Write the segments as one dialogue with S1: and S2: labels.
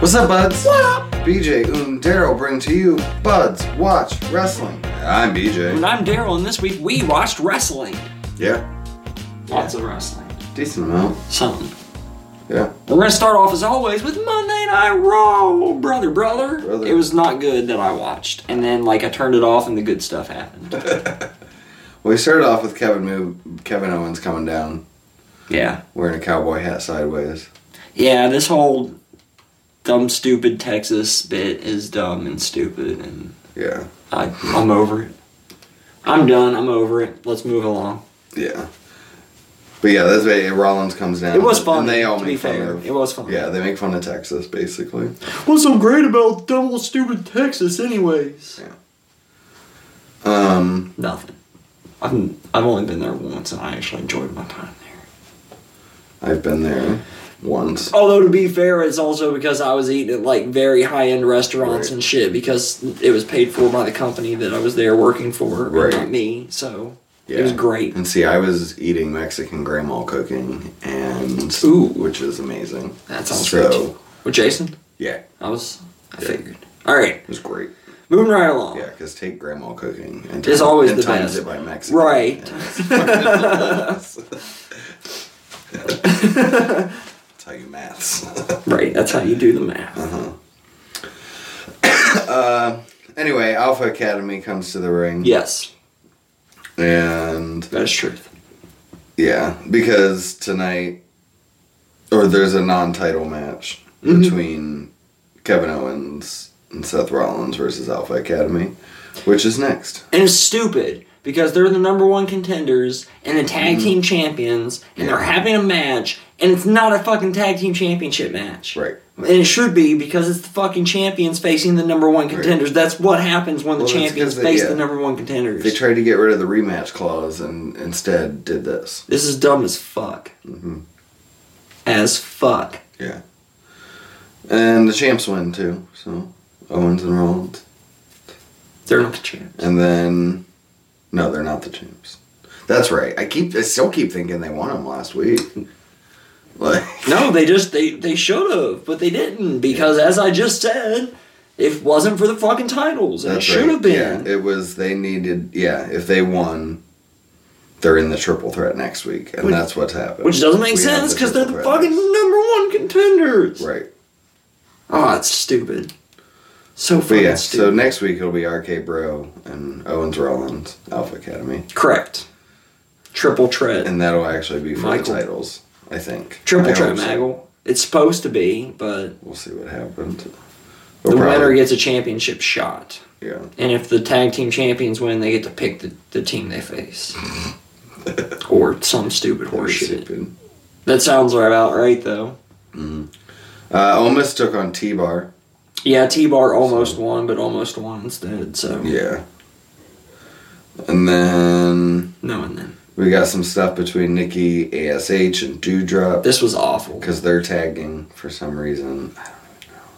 S1: What's up, buds?
S2: BJ and Daryl bring to you Buds Watch Wrestling.
S1: I'm
S3: And
S1: BJ.
S3: I'm Daryl, and this week we watched wrestling.
S1: Yeah,
S3: Lots of wrestling.
S1: decent amount.
S3: Something.
S1: Yeah.
S3: We're going to start off, as always, with Monday Night Raw. Brother, brother,
S1: Brother.
S3: It was not good that I watched. And then, like, I turned it off and the good stuff happened.
S1: Well, we started off with Kevin Mo- Kevin Owens coming down
S3: yeah.
S1: wearing a cowboy hat sideways.
S3: Yeah, this whole dumb, stupid Texas bit is dumb and stupid, and
S1: Yeah.
S3: I, I'm over it. I'm done. I'm over it. Let's move along.
S1: Yeah. But yeah, that's way Rollins comes down.
S3: It was fun.
S1: And they all
S3: to
S1: make
S3: be
S1: fun
S3: fair.
S1: of.
S3: It was fun.
S1: Yeah, they make fun of Texas basically.
S3: What's so great about dumb, old, stupid Texas, anyways?
S1: Um.
S3: Nothing. I've I've only been there once, and I actually enjoyed my time there.
S1: I've been there once.
S3: Although to be fair, it's also because I was eating at like very high end restaurants
S1: Right.
S3: and shit because it was paid for by the company that I was there working for,
S1: Right.
S3: right. not me. So it was great.
S1: And see, I was eating Mexican grandma cooking, and
S3: Ooh.
S1: which is amazing.
S3: That sounds
S1: so.
S3: great. With Jason,
S1: Yeah, it
S3: I was. I
S1: Yeah.
S3: figured. All right,
S1: was great.
S3: moving right along.
S1: Yeah, because take grandma cooking and
S3: It's
S1: time-
S3: always
S1: and
S3: the
S1: times
S3: best.
S1: it by Mexican.
S3: Right.
S1: And it's fucking awesome. That's how you maths.
S3: Right. That's how you do the math.
S1: anyway, Alpha Academy comes to the ring.
S3: Yes,
S1: And
S3: that is truth.
S1: yeah, because tonight, or there's a non-title match
S3: Mm-hmm.
S1: between Kevin Owens and Seth Rollins versus Alpha Academy, which is next.
S3: And it's stupid because they're the number one contenders and the tag team champions, and they're
S1: Mm-hmm. Yeah.
S3: having a match, and it's not a fucking tag team championship match.
S1: Right.
S3: And it should be because it's the fucking champions facing the number one contenders. That's what happens when the
S1: Well, that's
S3: champions
S1: 'cause they-
S3: face
S1: yeah.
S3: the number one contenders.
S1: They tried to get rid of the rematch clause and instead did this.
S3: this is dumb as fuck. As fuck.
S1: Yeah. And the champs win too, so Owens and Rollins.
S3: They're not the champs.
S1: And then, no, they're not the champs. That's right. I keep, I still keep thinking they won them last week. Like,
S3: No, they just they they should have, but they didn't because as I just said, it wasn't for the fucking titles. And it
S1: that's
S3: should
S1: right.
S3: have been.
S1: Yeah, it was. They needed. Yeah, if they won, they're in the triple threat next week, and
S3: Which-
S1: that's what's happened.
S3: Which doesn't make
S1: We have
S3: sense because they're the
S1: triple
S3: fucking
S1: threat.
S3: number one contenders.
S1: right.
S3: Oh, it's stupid. So
S1: But
S3: fucking
S1: yeah, so
S3: stupid.
S1: next week it'll be RK Bro and Owens Rollins Alpha Academy.
S3: Correct. Triple tread.
S1: And that'll actually be for the
S3: Michael.
S1: titles, I think.
S3: Triple
S1: I
S3: tread
S1: hope so.
S3: maggle. It's supposed to be, but
S1: We'll see what happens.
S3: the
S1: We'll
S3: winner
S1: probably-
S3: gets a championship shot.
S1: Yeah.
S3: And if the tag team champions win, they get to pick the, the team they face. or some stupid
S1: That'd be
S3: horseshit.
S1: stupid.
S3: That sounds about right, though.
S1: Uh, Omis took on T Bar.
S3: Yeah, T Bar almost won, but almost won instead, so.
S1: Yeah. And then
S3: No, and then.
S1: we got some stuff between Nikki, ASH, and Dewdrop
S3: This was awful.
S1: because they're tagging for some reason.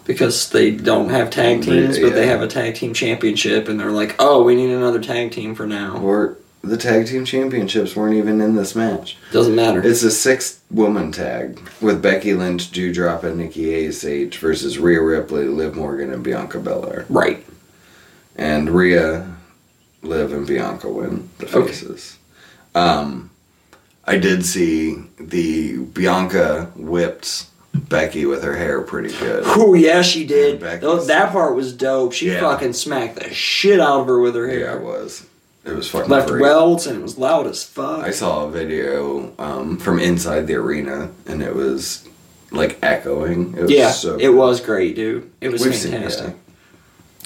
S3: because they don't have tag teams, but they
S1: Yeah.
S3: have a tag team championship, and they're like, oh, we need another tag team for now.
S1: Or the tag team championships weren't even in this match.
S3: Doesn't matter.
S1: It's a six woman tag with Becky Lynch, Dewdrop, and Nikki ASH versus Rhea Ripley, Liv Morgan, and Bianca Belair.
S3: right.
S1: and Rhea, Liv, and Bianca win the
S3: Okay.
S1: faces. Um, I did see the Bianca whipped Becky with her hair pretty good.
S3: Oh yeah, she did.
S1: And Becky's-
S3: Tho- That part was dope. She
S1: Yeah.
S3: fucking smacked the shit out of her with her
S1: Yeah, it
S3: hair.
S1: was. It was fucking
S3: Left
S1: great.
S3: welts, and it was loud as fuck.
S1: I saw a video um, from inside the arena, and it was like echoing. It was
S3: yeah,
S1: so
S3: it was great, dude. It was
S1: We've seen that.
S3: fantastic.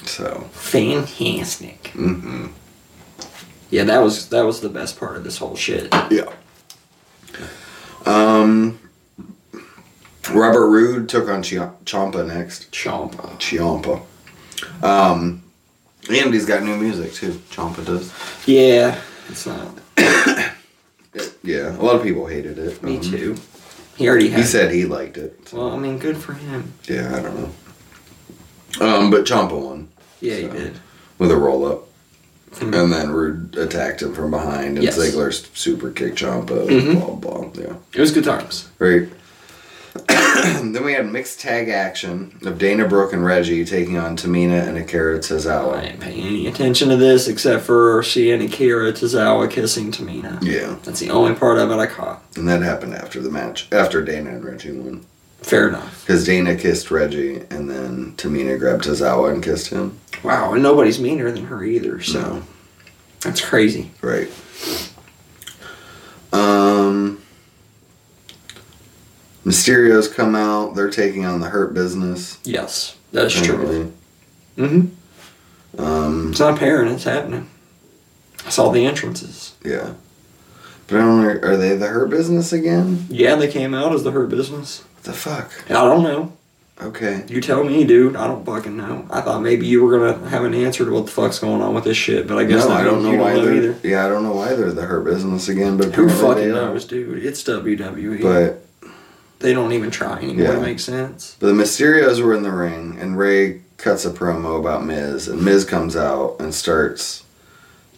S1: So
S3: Fantastic. Mm-hmm. Yeah, that was that was the best part of this whole shit.
S1: yeah. Um, Robert Roode took on Champa next.
S3: Chomp.
S1: Chompa. Um, and he's got new music too. Chompa does.
S3: Yeah, it's not.
S1: Yeah, a lot of people hated it.
S3: Me
S1: Um,
S3: too. He already had.
S1: He said he liked it.
S3: Well, I mean, good for him.
S1: Yeah, I don't know. Um, but Chompa won
S3: Yeah, he
S1: So.
S3: did.
S1: with a roll up,
S3: Mhm.
S1: and then Rude attacked him from behind, and
S3: Yes.
S1: Ziggler super kicked Chompa.
S3: Mhm.
S1: Blah blah. Yeah,
S3: It was good times.
S1: right. then we had mixed tag action of Dana Brooke and Reggie taking on Tamina and Akira
S3: I
S1: Tozawa.
S3: ain't paying any attention to this except for she and Akira Tozawa kissing Tamina.
S1: Yeah,
S3: That's the only part of it I caught.
S1: and that happened after the match, after Dana and Reggie won.
S3: Fair enough.
S1: Because Dana kissed Reggie, and then Tamina grabbed Tozawa and kissed him.
S3: Wow, and nobody's meaner than her either, so
S1: No.
S3: that's crazy.
S1: Right. Um, Mysterios come out. They're taking on the Hurt Business.
S3: Yes, that's true.
S1: apparently.
S3: hmm
S1: Um,
S3: Mm-hmm. It's not apparent, it's happening. I saw the entrances.
S1: yeah. But I don't know, are they the Hurt Business again?
S3: Yeah, they came out as the her business.
S1: What the fuck?
S3: I don't know.
S1: Okay.
S3: You tell me, dude. I don't fucking know. I thought maybe you were gonna have an answer to what the fuck's going on with this shit, but I guess
S1: No,
S3: that
S1: I don't
S3: means
S1: know
S3: you
S1: why
S3: don't know
S1: they're.
S3: either.
S1: Yeah, I don't know why they're the Hurt Business again, but
S3: Who
S1: apparently
S3: fucking
S1: they are.
S3: knows, dude? It's E. WWE.
S1: But,
S3: they don't even try anymore.
S1: Yeah.
S3: It makes sense.
S1: but the Mysterios were in the ring, and Ray cuts a promo about Miz, and Miz comes out and starts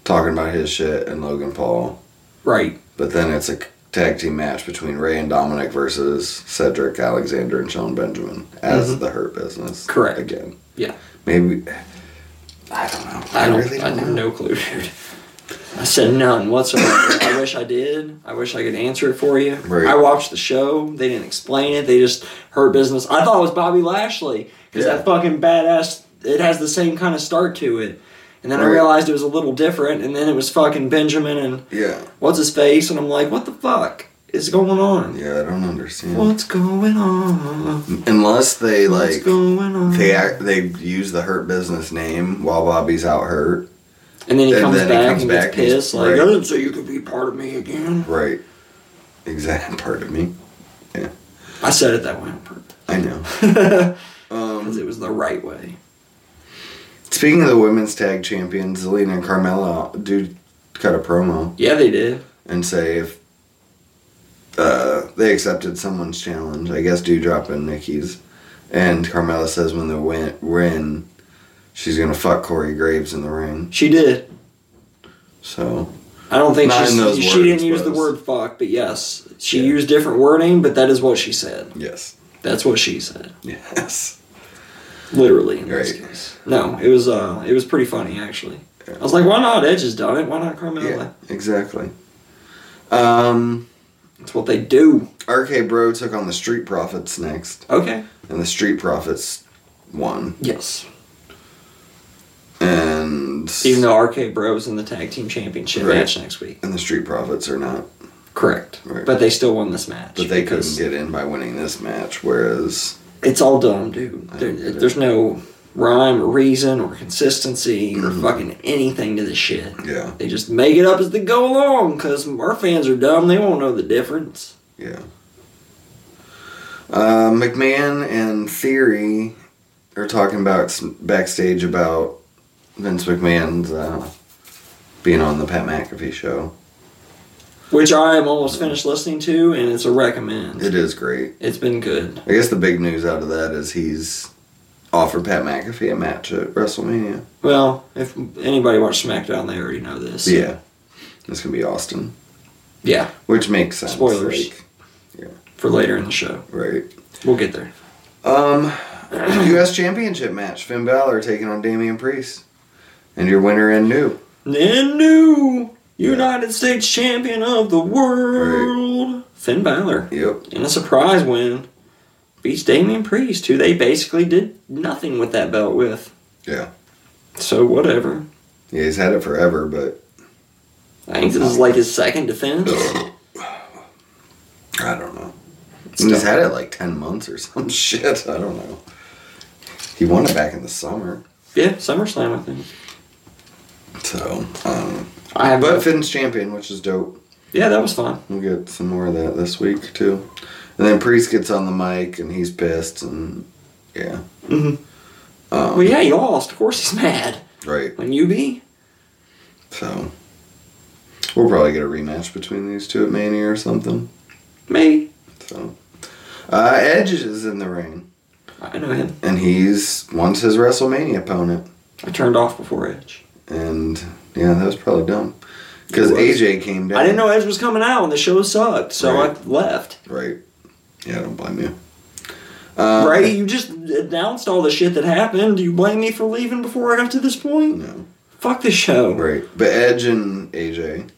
S1: talking about his shit and Logan Paul.
S3: Right.
S1: But then it's a tag team match between Ray and Dominic versus Cedric Alexander and Sean Benjamin as the Hurt Business.
S3: Mm-hmm. Correct.
S1: Again.
S3: Yeah.
S1: Maybe. I don't know.
S3: I don't. I have no clue, dude. I said none whatsoever. I wish I did. I wish I could answer it for you.
S1: Right.
S3: I watched the show. They didn't explain it. They just hurt business. I thought it was Bobby Lashley because
S1: Yeah.
S3: that fucking badass. It has the same kind of start to it, and then I
S1: Right.
S3: realized it was a little different. And then it was fucking Benjamin and
S1: Yeah.
S3: what's his face, and I'm like, what the fuck is going on?
S1: Yeah, I don't understand.
S3: What's going on?
S1: Unless they,
S3: What's
S1: like,
S3: going on?
S1: they act, they use the Hurt Business name while Bobby's out hurt.
S3: and then he
S1: and
S3: comes
S1: then he
S3: back
S1: comes
S3: and
S1: back
S3: gets
S1: and he's-
S3: pissed, like,
S1: right.
S3: I didn't say you could be part of me again.
S1: Right. Exact part of me.
S3: I said it that way on purpose.
S1: I know.
S3: Because
S1: Um,
S3: it was the right way.
S1: speaking of the women's tag champions, Zelina and Carmella do cut a promo.
S3: Yeah, they did.
S1: and say if uh, they accepted someone's challenge. I guess Dewdrop and Nikki's. And Carmella says when they win, win she's gonna fuck Corey Graves in the ring.
S3: She did.
S1: So
S3: I don't think
S1: Not
S3: she's,
S1: in those
S3: she
S1: words,
S3: didn't use the
S1: was.
S3: word fuck, but yes, she
S1: Yeah.
S3: used different wording, but that is what she said.
S1: yes,
S3: That's what she said,
S1: yes,
S3: literally. In this
S1: Right.
S3: case, no, it was uh, it was pretty funny actually. I was like, why not? Edge has done it. Why not Carmella?
S1: yeah, exactly. Um,
S3: That's what they do.
S1: RK Bro took on the Street Profits next,
S3: Okay.
S1: and the Street Profits won.
S3: Yes.
S1: And
S3: Even though RK Bros in the tag team championship
S1: Right.
S3: match next week.
S1: and the Street Profits are not,
S3: Correct.
S1: Right.
S3: But they still won this match.
S1: but they
S3: because-
S1: couldn't get in by winning this match. Whereas
S3: it's all dumb, dude.
S1: I
S3: There,
S1: don't get it.
S3: there's no rhyme or reason or consistency or
S1: Mm-hmm.
S3: fucking anything to this shit.
S1: yeah,
S3: They just make it up as they go along because our fans are dumb. They won't know the difference.
S1: Yeah. Uh, McMahon and Theory are talking about s- backstage about Vince McMahon's uh, being on the Pat McAfee show.
S3: Which I am almost finished listening to, and it's a recommend.
S1: It is great.
S3: It's been good.
S1: I guess the big news out of that is he's offered Pat McAfee a match at WrestleMania.
S3: Well, if anybody watched SmackDown, they already know this.
S1: Yeah. It's going to be Austin,
S3: Yeah,
S1: which makes sense.
S3: Spoilers.
S1: like,
S3: for later in the show.
S1: right.
S3: We'll get there.
S1: Um, U.S. Championship match Finn Balor taking on Damian Priest. And your winner and new.
S3: And new United States Champion of the World, Finn Balor.
S1: Yep.
S3: in a surprise win, beats Damian Priest, who they basically did nothing with that belt with.
S1: Yeah.
S3: So whatever.
S1: Yeah, he's had it forever, but
S3: I think this is like his second defense.
S1: I don't know.
S3: It's
S1: he's
S3: tough.
S1: had it like 10 months or some shit. I don't know. He won it back in the summer.
S3: yeah, SummerSlam, I think.
S1: So, um,
S3: I have.
S1: but Finn's champion, which is dope.
S3: yeah, that was fun.
S1: We'll get some more of that this week, too. And then Priest gets on the mic and he's pissed, and yeah, Um,
S3: well, Oh, yeah, he lost. Of course, he's mad.
S1: right.
S3: When you be,
S1: So, we'll probably get a rematch between these two at Mania or something.
S3: me,
S1: So, uh, Edge is in the ring
S3: I know him.
S1: and he's once his WrestleMania opponent.
S3: I turned off before Edge.
S1: And yeah, that was probably dumb. Because
S3: It was.
S1: AJ came down.
S3: I didn't know Edge was coming out, and the show sucked, so
S1: Right.
S3: I left.
S1: Right. Yeah, I don't blame you. Uh,
S3: sorry. You just announced all the shit that happened. You blame me for leaving before I got to this point?
S1: No.
S3: Fuck this show.
S1: Right. But Edge and AJ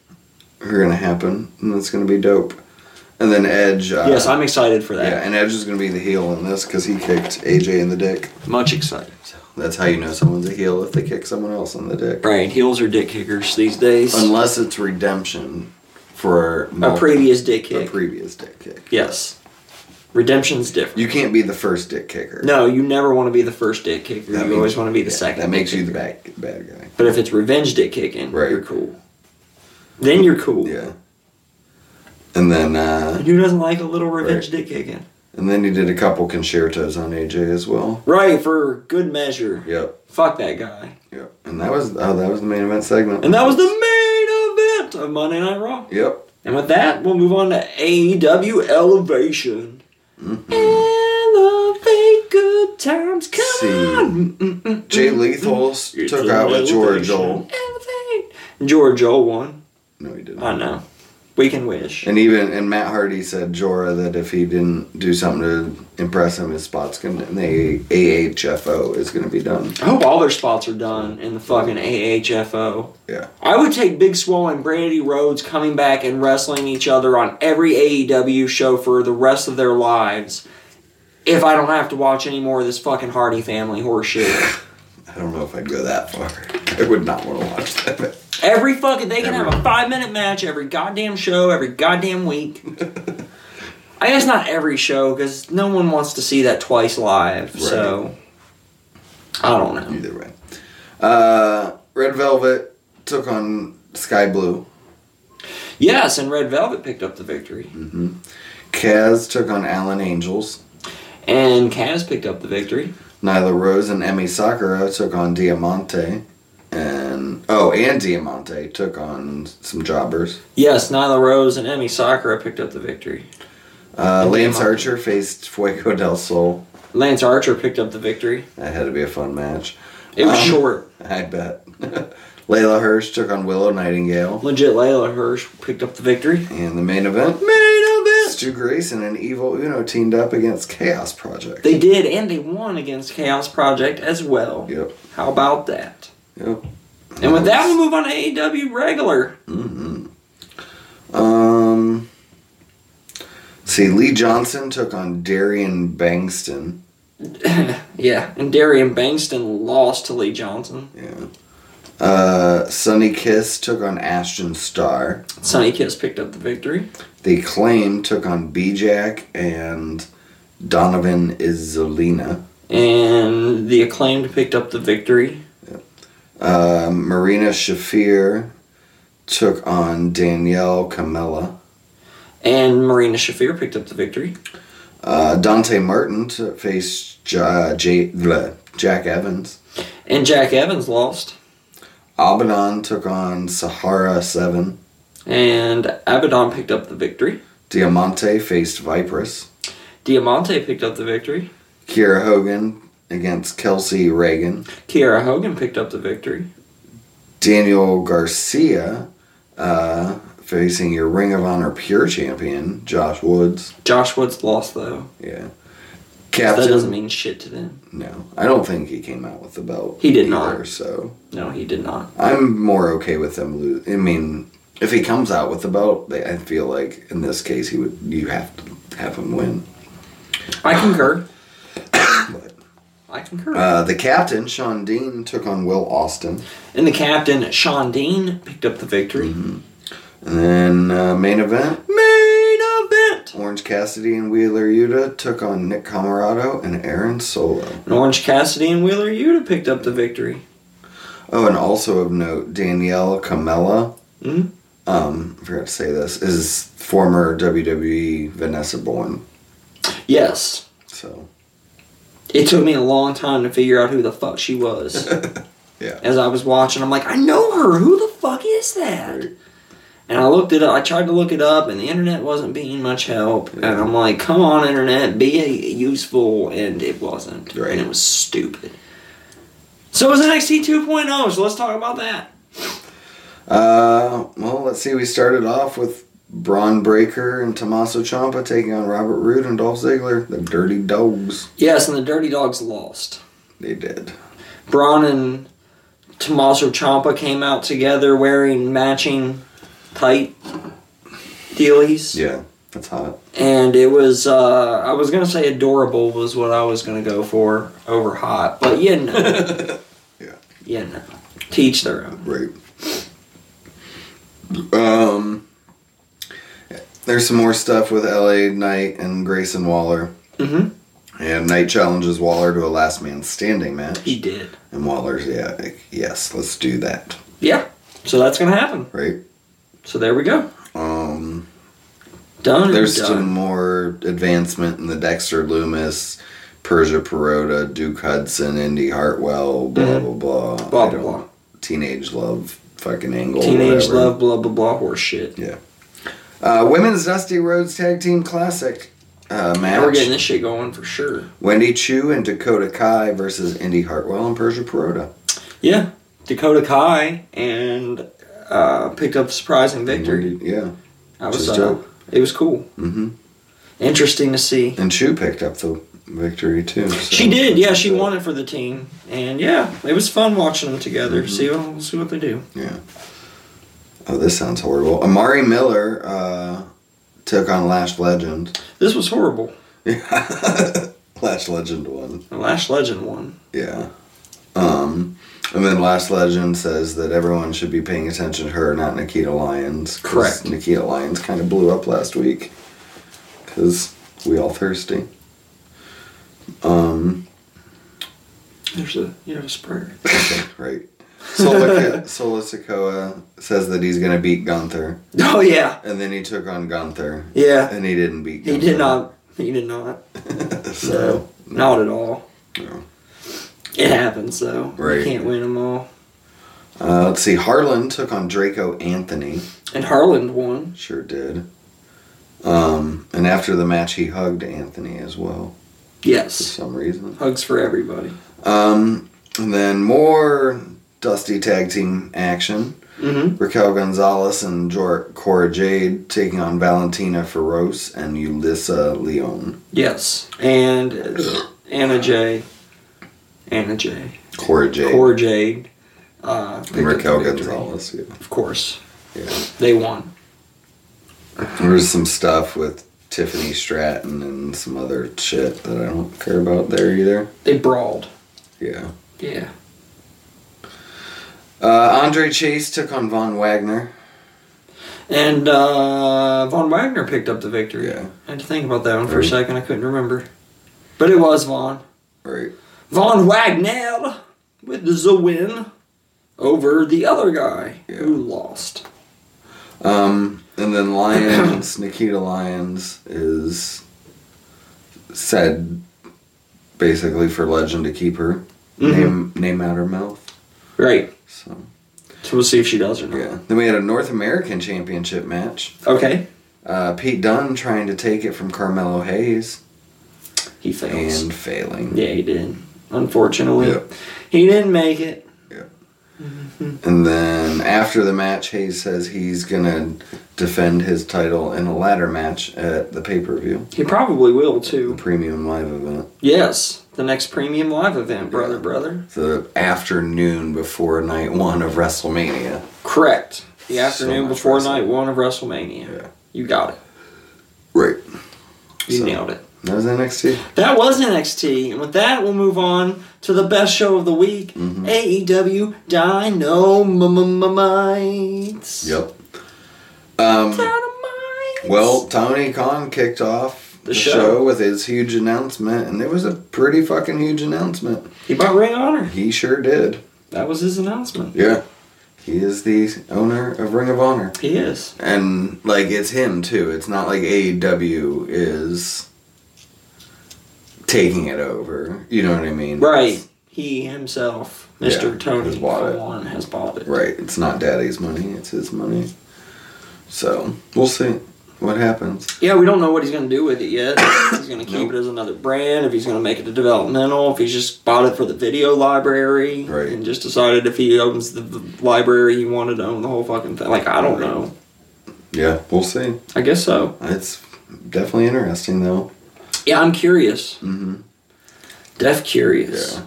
S1: are going to happen, and that's going to be dope. And then Edge. Uh,
S3: Yes, I'm excited for that.
S1: Yeah, and Edge is going to be the heel in this because he kicked AJ in the dick.
S3: Much excited.
S1: That's how you know someone's a heel if they kick someone else in the dick.
S3: Right, heels are dick kickers these days.
S1: Unless it's redemption for
S3: a previous dick
S1: a
S3: kick.
S1: previous dick kick.
S3: yes. Redemption's different.
S1: You can't be the first dick kicker.
S3: no, you never want to be the first dick kicker.
S1: That
S3: you
S1: means-
S3: always want to be the
S1: yeah,
S3: second.
S1: That makes
S3: dick
S1: you the
S3: kicker.
S1: bad, bad guy.
S3: But if it's revenge dick kicking,
S1: Right.
S3: you're cool. Then you're cool.
S1: Yeah. And then uh,
S3: Who doesn't like a little revenge
S1: Right.
S3: dick kicking?
S1: and then he did a couple concertos on AJ as well.
S3: Right, for good measure.
S1: Yep.
S3: Fuck that guy.
S1: Yep. And that was oh that was the main event segment.
S3: And that was the main event of Monday Night Raw.
S1: Yep.
S3: And with that, we'll move on to AEW Elevation.
S1: Mm-hmm.
S3: Elevate good times. Come
S1: See.
S3: on. Mm, mm, mm.
S1: Jay Lethal s-
S3: It's
S1: took out with George
S3: elevation.
S1: Joel.
S3: Elevate. George Joel won.
S1: No, he didn't.
S3: I know. We can wish.
S1: And even and Matt Hardy said Jorah that if he didn't do something to impress him, his spot's gonna in the AHFO is gonna be done.
S3: I hope all their spots are done in the fucking AHFO.
S1: Yeah.
S3: I would take Big Swole and Brandy Rhodes coming back and wrestling each other on every AEW show for the rest of their lives if I don't have to watch any more of this fucking Hardy family horseshit.
S1: I don't know if I'd go that far. I would not want to watch that.
S3: every fucking they can have a
S1: Every-
S3: five minute match every goddamn show, every goddamn week. I guess not every show because no one wants to see that twice live. So I don't know.
S1: Either way. Uh, Red Velvet took on Sky Blue.
S3: Yes, and Red Velvet picked up the victory,
S1: Mm-hmm. Kaz took on Allen Angels.
S3: and Kaz picked up the victory.
S1: Nyla Rose and Emmy Sakura took on Diamante. And oh, and Diamante took on some jobbers.
S3: Yes, Nyla Rose and Emmy Sakura picked up the victory.
S1: Uh,
S3: And
S1: Lance
S3: Diamante.
S1: Archer faced Fuego del Sol.
S3: Lance Archer picked up the victory.
S1: That had to be a fun match.
S3: It was
S1: Um,
S3: short.
S1: I bet. Layla Hirsch took on Willow Nightingale.
S3: Legit Layla Hirsch picked up the victory.
S1: And the main event,
S3: Main event!
S1: Stu Grayson and Evil Uno teamed up against Chaos Project.
S3: They did, and they won against Chaos Project as well.
S1: yep,
S3: How about that?
S1: yep.
S3: And with that, we'll move on to AEW regular.
S1: Um, see, Lee Johnson took on Darian Bangston.
S3: Yeah, and Darian Bangston lost to Lee Johnson.
S1: Yeah. Uh, Sunny Kiss took on Ashton Starr.
S3: Sonny Kiss picked up the victory.
S1: The Claim took on B-Jack and Donovan Isolina.
S3: And the Acclaimed picked up the victory.
S1: Uh, Marina Shafir took on Danielle Camella.
S3: And Marina Shafir picked up the victory.
S1: Uh, Dante Martin to face ja, J, bleh, Jack Evans.
S3: And Jack Evans lost.
S1: Abaddon took on Sahara 7.
S3: And Abaddon picked up the victory.
S1: Diamante faced Vipress.
S3: Diamante picked up the victory.
S1: Kiera Hogan against Kelsey Reagan.
S3: Kiara Hogan picked up the victory.
S1: Daniel Garcia uh, facing your Ring of Honor Pure champion, Josh Woods.
S3: Josh Woods lost though.
S1: Yeah.
S3: That
S1: Captain.
S3: doesn't mean shit to them.
S1: No, I don't think he came out with the belt.
S3: He did not.
S1: So
S3: No, he did not.
S1: I'm more okay with him lose. I mean, if he comes out with the belt, they, I feel like in this case he would. You have to have him win.
S3: I concur. I concur.
S1: Uh, the captain, Sean Dean, took on Will Austin,
S3: and the captain, Sean Dean, picked up the victory.
S1: and then uh, main event.
S3: Main event.
S1: Orange Cassidy and Wheeler Yuta took on Nick Camarado and Aaron Solo.
S3: And Orange Cassidy and Wheeler Yuta picked up the victory.
S1: Oh, and also of note, Danielle Camella,
S3: Mhm.
S1: um, I forgot to say this, is former WWE Vanessa Bourne.
S3: Yes.
S1: So
S3: It took me a long time to figure out who the fuck she was.
S1: Yeah.
S3: As I was watching, I'm like, I know her. Who the fuck is that? And I looked it up. I tried to look it up, and the internet wasn't being much help. And I'm like, come on, internet, be useful. And it wasn't.
S1: Right.
S3: And it was stupid. So it was NXT oh. 2.0, so let's talk about that.
S1: Uh, well, let's see. We started off with Braun Breaker and Tommaso Ciampa taking on Robert Roode and Dolph Ziggler, the Dirty Dogs.
S3: Yes, and the Dirty Dogs lost.
S1: They did.
S3: Braun and Tommaso Ciampa came out together wearing matching tight dealies.
S1: Yeah, that's hot.
S3: And it was, uh, I was going to say adorable was what I was going to go for over hot. But you know.
S1: Yeah.
S3: You know. Teach their own.
S1: Right. Um, there's some more stuff with LA Knight and Grayson Waller.
S3: Mm-hmm.
S1: And Knight challenges Waller to a last man standing match.
S3: He did.
S1: And Waller's, yeah, like, yes, let's do that.
S3: Yeah. So that's going to happen.
S1: Right?
S3: So there we go.
S1: Um,
S3: Done. and
S1: there's
S3: done.
S1: some more advancement in the Dexter Loomis, Persia Perota, Duke Hudson, Indy Hartwell, blah, blah, blah.
S3: Mm-hmm. Blah,
S1: I don't-
S3: blah, blah.
S1: Teenage love fucking angle.
S3: Teenage
S1: whatever.
S3: love, blah, blah, blah, horse shit.
S1: Uh, women's Dusty Rhodes Tag Team Classic uh,
S3: And we're getting
S1: match.
S3: this shit going for sure.
S1: Wendy Chu and Dakota Kai versus Indy Hartwell and Persia Perota.
S3: Yeah. Dakota Kai and uh, picked up a surprising victory.
S1: Yeah.
S3: I was
S1: Just
S3: uh, it was cool.
S1: Mm-hmm.
S3: Interesting to see.
S1: And Chu picked up the victory too. so-
S3: She did, yeah. She won it for the team, and yeah, it was fun watching them together. See, what, see what they do.
S1: Yeah. Oh, this sounds horrible. Amari Miller uh, took on Lash Legend.
S3: This was horrible.
S1: Lash Legend won.
S3: The Lash Legend won.
S1: Yeah. Um, and then Last Legend says that everyone should be paying attention to her, not Nikita Lyons. 'cause
S3: Correct.
S1: Nikita Lyons kind of blew up last week because we all thirsty. Um,
S3: There's a you know a sprayer.
S1: right. Sola Sola Sikoa says that he's going to beat Gunther.
S3: Oh yeah,
S1: And then he took on Gunther.
S3: yeah.
S1: And he didn't beat
S3: He
S1: Gunther.
S3: did not. He did not.
S1: so,
S3: Not at all.
S1: No.
S3: It happens though.
S1: Right.
S3: You can't win them all.
S1: uh, let's see. Harlan took on Draco Anthony.
S3: And Harland won.
S1: Sure did. Um, and after the match, he hugged Anthony as well for
S3: Yes.
S1: some reason.
S3: Hugs for everybody.
S1: Um, and then more dusty tag team action.
S3: Mm-hmm.
S1: Raquel Gonzalez and Jor- Cora Jade taking on Valentina Feroz and Ulyssa Leon.
S3: Yes. And uh, Anna J. Anna J.
S1: Cora Jade.
S3: Core Jade. Uh, picked up
S1: and Raquel
S3: the victory.
S1: Gonzalez. Yeah.
S3: Of course.
S1: Yeah.
S3: They won.
S1: There was some stuff with Tiffany Stratton and some other shit that I don't care about there either.
S3: They brawled.
S1: Yeah.
S3: Yeah.
S1: Uh, Andre Chase took on Von Wagner.
S3: And uh, Von Wagner picked up the victory.
S1: Yeah.
S3: I had to think about that one for a
S1: Right.
S3: second. I couldn't remember. But it was Von.
S1: Right.
S3: Von Wagner with the win over the other guy
S1: Yeah.
S3: who lost.
S1: Um, and then Lyons, Nikita Lyons is said basically for Legend to keep her
S3: Mhm.
S1: name name out her mouth.
S3: Right.
S1: So
S3: So we'll see if she does or not.
S1: yeah. Then we had a North American Championship match.
S3: Okay.
S1: Uh, Pete Dunne trying to take it from Carmelo Hayes
S3: He fails.
S1: and failing.
S3: yeah, he did. Unfortunately.
S1: Yep.
S3: He didn't make it.
S1: And then after the match, Hayes says he's gonna defend his title in a ladder match at the pay per view,
S3: He probably will
S1: the
S3: too.
S1: premium live event.
S3: Yes. The next premium live event, brother, brother.
S1: the afternoon before night one of WrestleMania.
S3: Correct. The
S1: So
S3: afternoon
S1: much
S3: before
S1: wrestling.
S3: night one of WrestleMania.
S1: Yeah.
S3: You got it.
S1: Right.
S3: You
S1: So-
S3: nailed it.
S1: That was NXT.
S3: That was NXT. And with that, we'll move on to the best show of the week
S1: Mm-hmm.
S3: E AEW Dynamite.
S1: Yep. Um,
S3: Dynamite.
S1: well, Tony Khan kicked off
S3: The show.
S1: with his huge announcement, and it was a pretty fucking huge announcement.
S3: he bought Ring of Honor.
S1: He sure did.
S3: That was his announcement.
S1: Yeah. He is the owner of Ring of Honor.
S3: He is.
S1: And, like, it's him, too. It's not like AEW is taking it over. You know what I mean?
S3: Right. He himself, Mr.
S1: Yeah,
S3: Tony
S1: has bought it.
S3: Khan, has bought it.
S1: Right. It's not daddy's money, it's his money. So we'll see what happens.
S3: Yeah, we don't know what he's going to do with it yet. If he's going to keep it as another brand, if he's going to make it a developmental, if he's just bought it for the video library
S1: Right.
S3: and just decided if he owns the v- library, he wanted to own the whole fucking thing. Like, I don't know.
S1: Yeah, we'll see.
S3: I guess so.
S1: It's definitely interesting though.
S3: Yeah, I'm curious.
S1: Mm-hmm.
S3: Def curious.
S1: Yeah.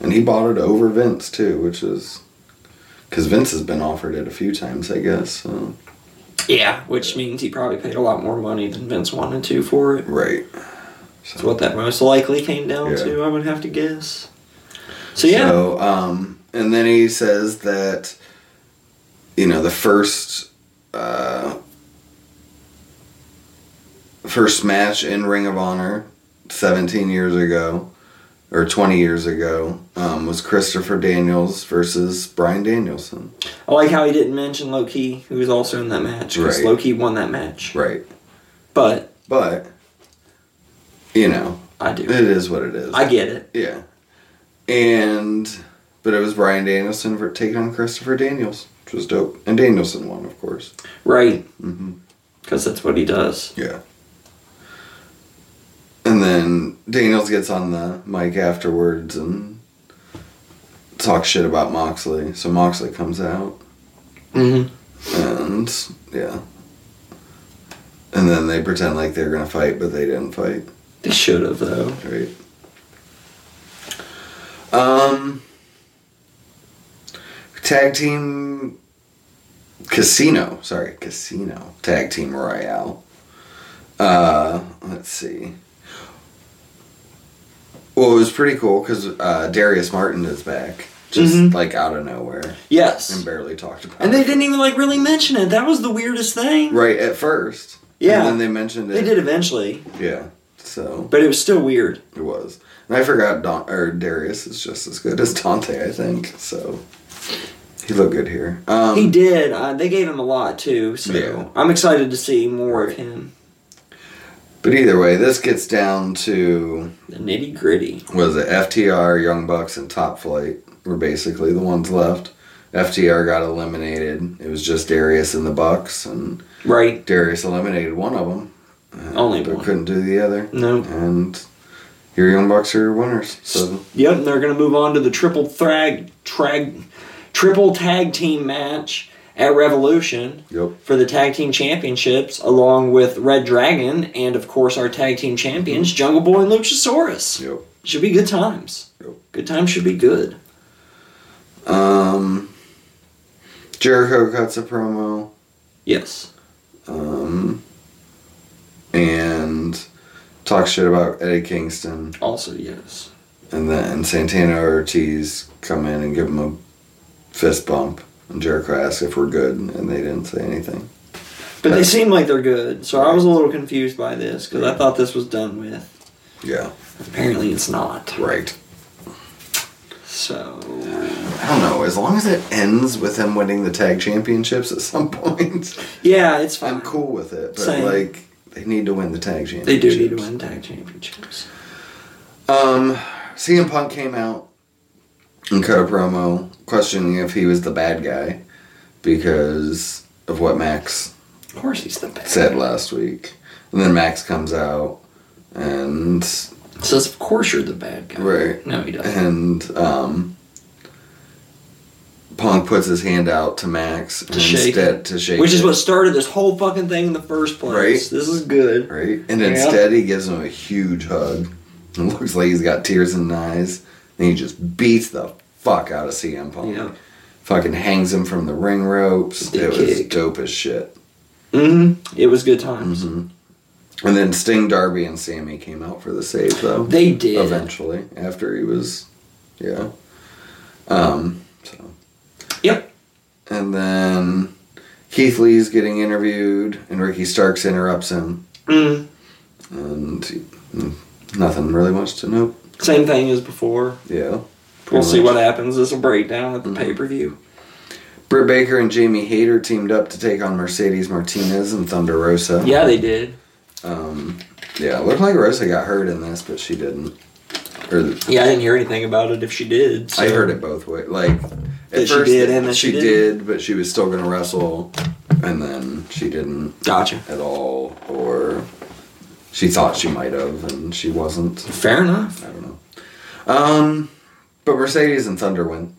S1: And he bought it over Vince too, which is because Vince has been offered it a few times, I guess. So.
S3: Yeah. which means he probably paid a lot more money than Vince wanted to for it.
S1: Right.
S3: That's what that most likely came down
S1: Yeah.
S3: to, I would have to guess. So yeah.
S1: So, um, and then he says that, you know, the first, uh, first match in Ring of Honor, seventeen years ago, or twenty years ago, um, was Christopher Daniels versus Brian Danielson.
S3: I like how he didn't mention Loki, who was also in that match, because
S1: Right.
S3: Loki won that match.
S1: Right.
S3: But
S1: But, you know,
S3: I do.
S1: it is what it is.
S3: I get it.
S1: yeah. And, but it was Brian Danielson for taking on Christopher Daniels, which was dope. And Danielson won, of course.
S3: Right.
S1: Mm-hmm.
S3: Because that's what he does.
S1: Yeah. And then Daniels gets on the mic afterwards and talks shit about Moxley. So Moxley comes out
S3: Mm-hmm.
S1: and yeah. And then they pretend like they're gonna fight, but they didn't fight.
S3: They should have, though.
S1: Right. Um Tag Team Casino, sorry, Casino. Tag Team Royale. Uh let's see. Well, it was pretty cool because uh, Darius Martin is back, just
S3: Mhm.
S1: like out of nowhere, and
S3: Yes.
S1: barely talked about.
S3: And they
S1: it.
S3: didn't even, like, really mention it. That was the weirdest thing.
S1: right at first.
S3: Yeah.
S1: and then they mentioned it.
S3: They did eventually,
S1: Yeah, so
S3: but it was still weird.
S1: It was. And I forgot Don or Darius is just as good as Dante, I think. So he looked good here. Um
S3: he did. Uh, they gave him a lot, too, so
S1: Yeah.
S3: I'm excited to see more of him.
S1: but either way, this gets down to
S3: The nitty gritty.
S1: was it FTR, Young Bucks, and Top Flight were basically the ones left. FTR got eliminated. It was just Darius and the Bucks, and
S3: Right.
S1: Darius eliminated one of them.
S3: Only
S1: but
S3: one.
S1: couldn't do the other.
S3: No.
S1: And your Young Bucks are your winners. So
S3: Yep, and they're going to move on to the triple thrag, trag, triple tag team match at Revolution
S1: yep.
S3: for the tag team championships, along with Red Dragon and of course our tag team champions Jungle Boy and Luchasaurus.
S1: Yep.
S3: Should be good times.
S1: Yep.
S3: Good times should be good.
S1: Um, Jericho cuts a promo,
S3: Yes.
S1: um, and talks shit about Eddie Kingston,
S3: Also yes.
S1: and then Santana Ortiz come in and give him a fist bump, and Jericho asks if we're good, and they didn't say anything.
S3: But they seem like they're good, so I was a little confused by this because I thought this was done with.
S1: Yeah,
S3: Apparently it's not.
S1: right.
S3: So
S1: I don't know. As long as it ends with him winning the tag championships at some point,
S3: yeah, it's fine.
S1: I'm cool with it. But
S3: Same.
S1: like, they need to win the tag championships.
S3: They do need to win tag championships.
S1: Um, CM Punk came out and cut a promo questioning if he was the bad guy because of what Max
S3: Of course he's the best.
S1: said last week. And then Max comes out and
S3: Says of course you're the bad guy.
S1: Right.
S3: No, he doesn't.
S1: and um Punk puts his hand out to Max and
S3: shake
S1: instead to shake
S3: Which is
S1: it,
S3: what started this whole fucking thing in the first place.
S1: Right.
S3: This is good.
S1: right? And
S3: Yeah.
S1: instead he gives him a huge hug. It looks like he's got tears in his eyes. And he just beats the fuck out of CM Punk.
S3: Yeah.
S1: fucking hangs him from the ring ropes.
S3: The
S1: it was
S3: kick.
S1: dope as shit.
S3: hmm It was good times.
S1: Mm-hmm. And then Sting, Darby, and Sammy came out for the save though.
S3: They did.
S1: eventually after he was, yeah. Um. So
S3: Yep.
S1: and then Keith Lee's getting interviewed, and Ricky Starks interrupts him,
S3: Mm.
S1: and mm, nothing really much to note.
S3: Same thing as before.
S1: Yeah.
S3: We'll
S1: Pretty
S3: see
S1: much. Mm-hmm.
S3: what happens. This will break down at the pay per view.
S1: Britt Baker and Jamie Hayter teamed up to take on Mercedes Martinez and Thunder Rosa.
S3: Yeah, they did.
S1: Um, yeah, it looked like Rosa got hurt in this, but she didn't. Or the,
S3: Yeah, I didn't hear anything about it. If she did, so.
S1: I heard it both ways. Like
S3: That she did and that she didn't.
S1: did, but she was still gonna wrestle, and then she didn't
S3: Gotcha.
S1: at all, or she thought she might have, and she wasn't.
S3: Fair enough.
S1: I don't know. Um, but Mercedes and Thunder win.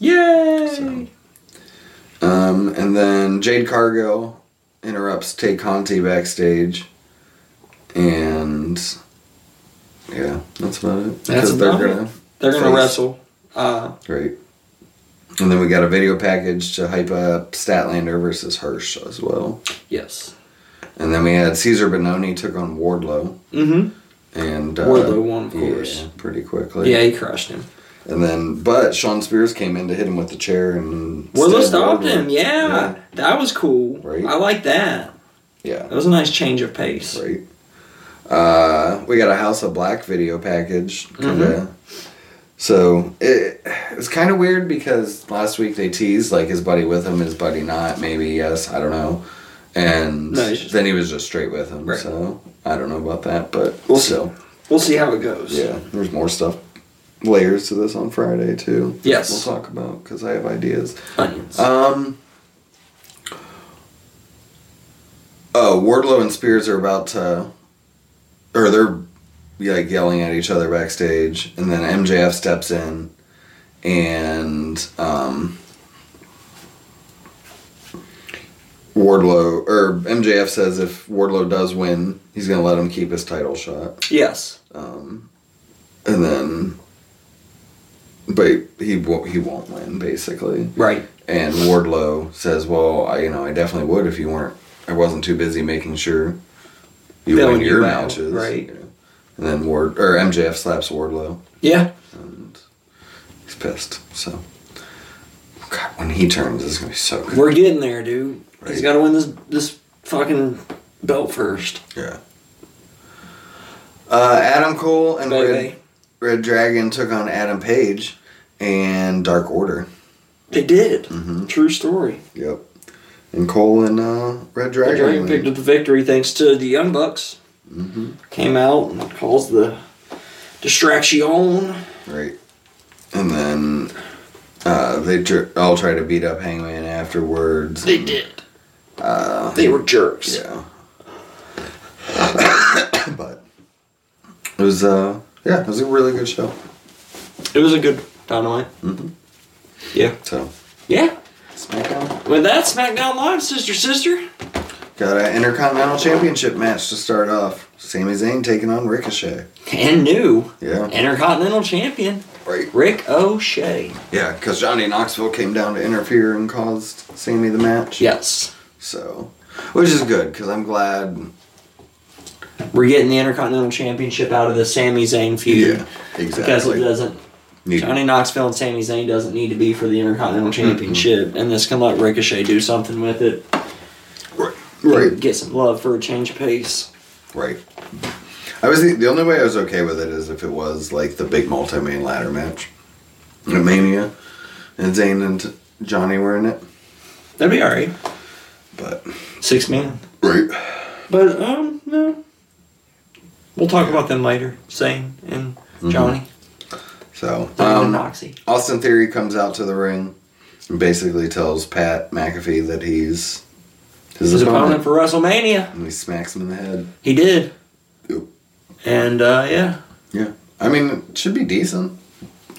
S3: Yay!
S1: So. Um, and then Jade Cargill interrupts Tay Conti backstage, and yeah, that's about it.
S3: That's
S1: 'Cause they're
S3: about it.
S1: gonna
S3: They're gonna
S1: face-
S3: wrestle. Uh,
S1: Great. And then we got a video package to hype up Statlander versus Hirsch as well.
S3: yes.
S1: And then we had Caesar Benoni took on Wardlow,
S3: Mm-hmm.
S1: and uh,
S3: Wardlow won, of course.
S1: yeah, pretty quickly.
S3: Yeah, he crushed him.
S1: And then, but Sean Spears came in to hit him with the chair, and
S3: Wardlow
S1: stabbed
S3: stopped him.
S1: Wardlow.
S3: Yeah, that was cool.
S1: Right.
S3: I like that.
S1: yeah.
S3: That was a nice change of pace.
S1: Right. Uh, we got a House of Black video package. kinda.
S3: Mm-hmm.
S1: So it, it's kind of weird because last week they teased like his buddy with him, his buddy not, maybe yes, I don't know. And
S3: No, he's just-
S1: then he was just straight with him.
S3: Right.
S1: So I don't know about that, but
S3: We'll
S1: we'll
S3: see.
S1: still.
S3: We'll see how it goes.
S1: Yeah, there's more stuff, layers to this on Friday too.
S3: Yes.
S1: we'll talk about because I have ideas.
S3: Onions. Uh,
S1: Um. Oh, Wardlow and Spears are about to, or they're yeah, like yelling at each other backstage, and then MJF steps in, and um, Wardlow or MJF says if Wardlow does win, he's gonna let him keep his title shot,
S3: yes.
S1: um, and then, but he won't. He won't win basically.
S3: Right.
S1: And Wardlow says, "Well, I, you know, I definitely would if you weren't. I wasn't too busy making sure you
S3: Filling
S1: win your
S3: you out,
S1: matches,
S3: right.
S1: you know. And then Ward or MJF slaps Wardlow,
S3: Yeah.
S1: and he's pissed. So, God, when he turns, it's gonna be so good.
S3: We're getting there, dude. He's
S1: Right.
S3: got to win this this fucking belt first.
S1: yeah. Uh, Adam Cole and
S3: Baby.
S1: Red, Red Dragon took on Adam Page and Dark Order.
S3: They did.
S1: Mhm.
S3: True story.
S1: Yep. And Cole and uh, Red Dragon.
S3: Dragon picked up the victory thanks to the Young Bucks.
S1: Mhm.
S3: Came out and caused the distraction.
S1: Right. And then uh, they tr- all try to beat up Hangman afterwards.
S3: They did.
S1: Uh,
S3: They were jerks.
S1: yeah. but it was uh yeah, it was a really good show.
S3: It was a good dynamite.
S1: Mhm.
S3: Yeah.
S1: So
S3: Yeah.
S1: SmackDown
S3: With that, SmackDown Live, sister, sister.
S1: got an Intercontinental Championship match to start off. Sami Zayn taking on Ricochet.
S3: And new
S1: Yeah.
S3: Intercontinental Champion,
S1: Right.
S3: Rick O'Shea.
S1: Yeah, because Johnny Knoxville came down to interfere and caused Sammy the match.
S3: Yes.
S1: So, which is good because I'm glad
S3: We're getting the Intercontinental Championship out of the Sami Zayn feud.
S1: Yeah,
S3: Because it
S1: exactly.
S3: doesn't.
S1: Need-
S3: Johnny Knoxville and Sami Zayn doesn't need to be for the Intercontinental Championship, and this can let Ricochet do something with it.
S1: Right. Right.
S3: Get some love for a change of pace.
S1: Right. I was the, the only way I was okay with it is if it was like the big multi-man ladder match at Mania, and Zayn and T- Johnny were in it.
S3: That'd be alright.
S1: But
S3: Six man.
S1: right,
S3: But um no. We'll talk about them later. Zayn and Johnny.
S1: so
S3: Mm-hmm. Zayn and
S1: um,
S3: Moxie.
S1: Austin Theory comes out to the ring and basically tells Pat McAfee that he's his,
S3: His
S1: opponent,
S3: opponent for WrestleMania.
S1: and he smacks him in the head.
S3: He did.
S1: Yep.
S3: And uh yeah.
S1: Yeah, I mean it should be decent.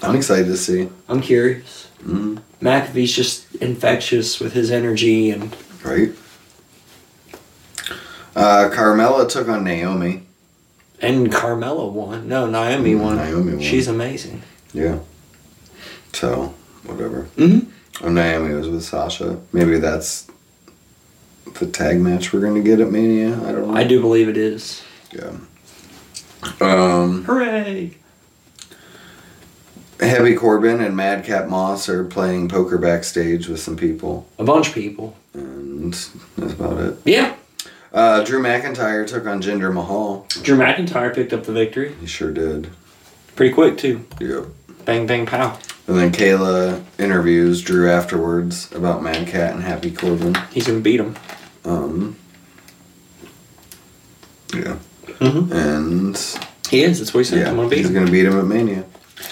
S1: I'm excited to see.
S3: I'm curious.
S1: Mm,
S3: McAfee's just infectious with his energy and
S1: right. Uh, Carmella took on Naomi.
S3: and Carmella won. No, Naomi
S1: Mm,
S3: won.
S1: Naomi won.
S3: She's amazing.
S1: Yeah. So, whatever.
S3: Mhm.
S1: Oh, Naomi was with Sasha. Maybe that's the tag match we're going to get at Mania. I don't know.
S3: I do believe it is.
S1: Yeah. Um,
S3: Hooray!
S1: Heavy Corbin and Madcap Moss are playing poker backstage with some people.
S3: A bunch of people.
S1: And that's about it.
S3: Yeah.
S1: Uh, Drew McIntyre took on Jinder Mahal.
S3: Drew McIntyre picked up the victory.
S1: He sure did.
S3: Pretty quick too.
S1: Yep.
S3: Bang bang pow.
S1: And then Kayla interviews Drew afterwards about Mad Cat and Happy Corbin.
S3: He's gonna beat him.
S1: Um, yeah.
S3: Mhm.
S1: And
S3: He is. That's what he said.
S1: yeah,
S3: I'm gonna beat
S1: he's
S3: him.
S1: going to beat him at Mania.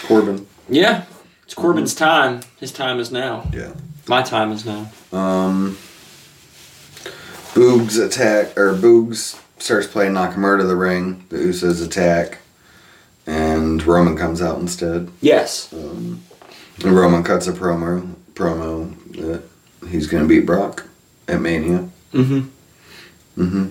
S1: Corbin.
S3: Yeah. It's Corbin's time. His time is now.
S1: Yeah.
S3: My time is now.
S1: Um, Boogs attack, or Boogs starts playing Nakamura to the ring. The Usos attack. And Roman comes out instead.
S3: Yes.
S1: Um, and Roman cuts a promo, promo that he's going to beat Brock at Mania.
S3: Mm-hmm.
S1: Mm-hmm.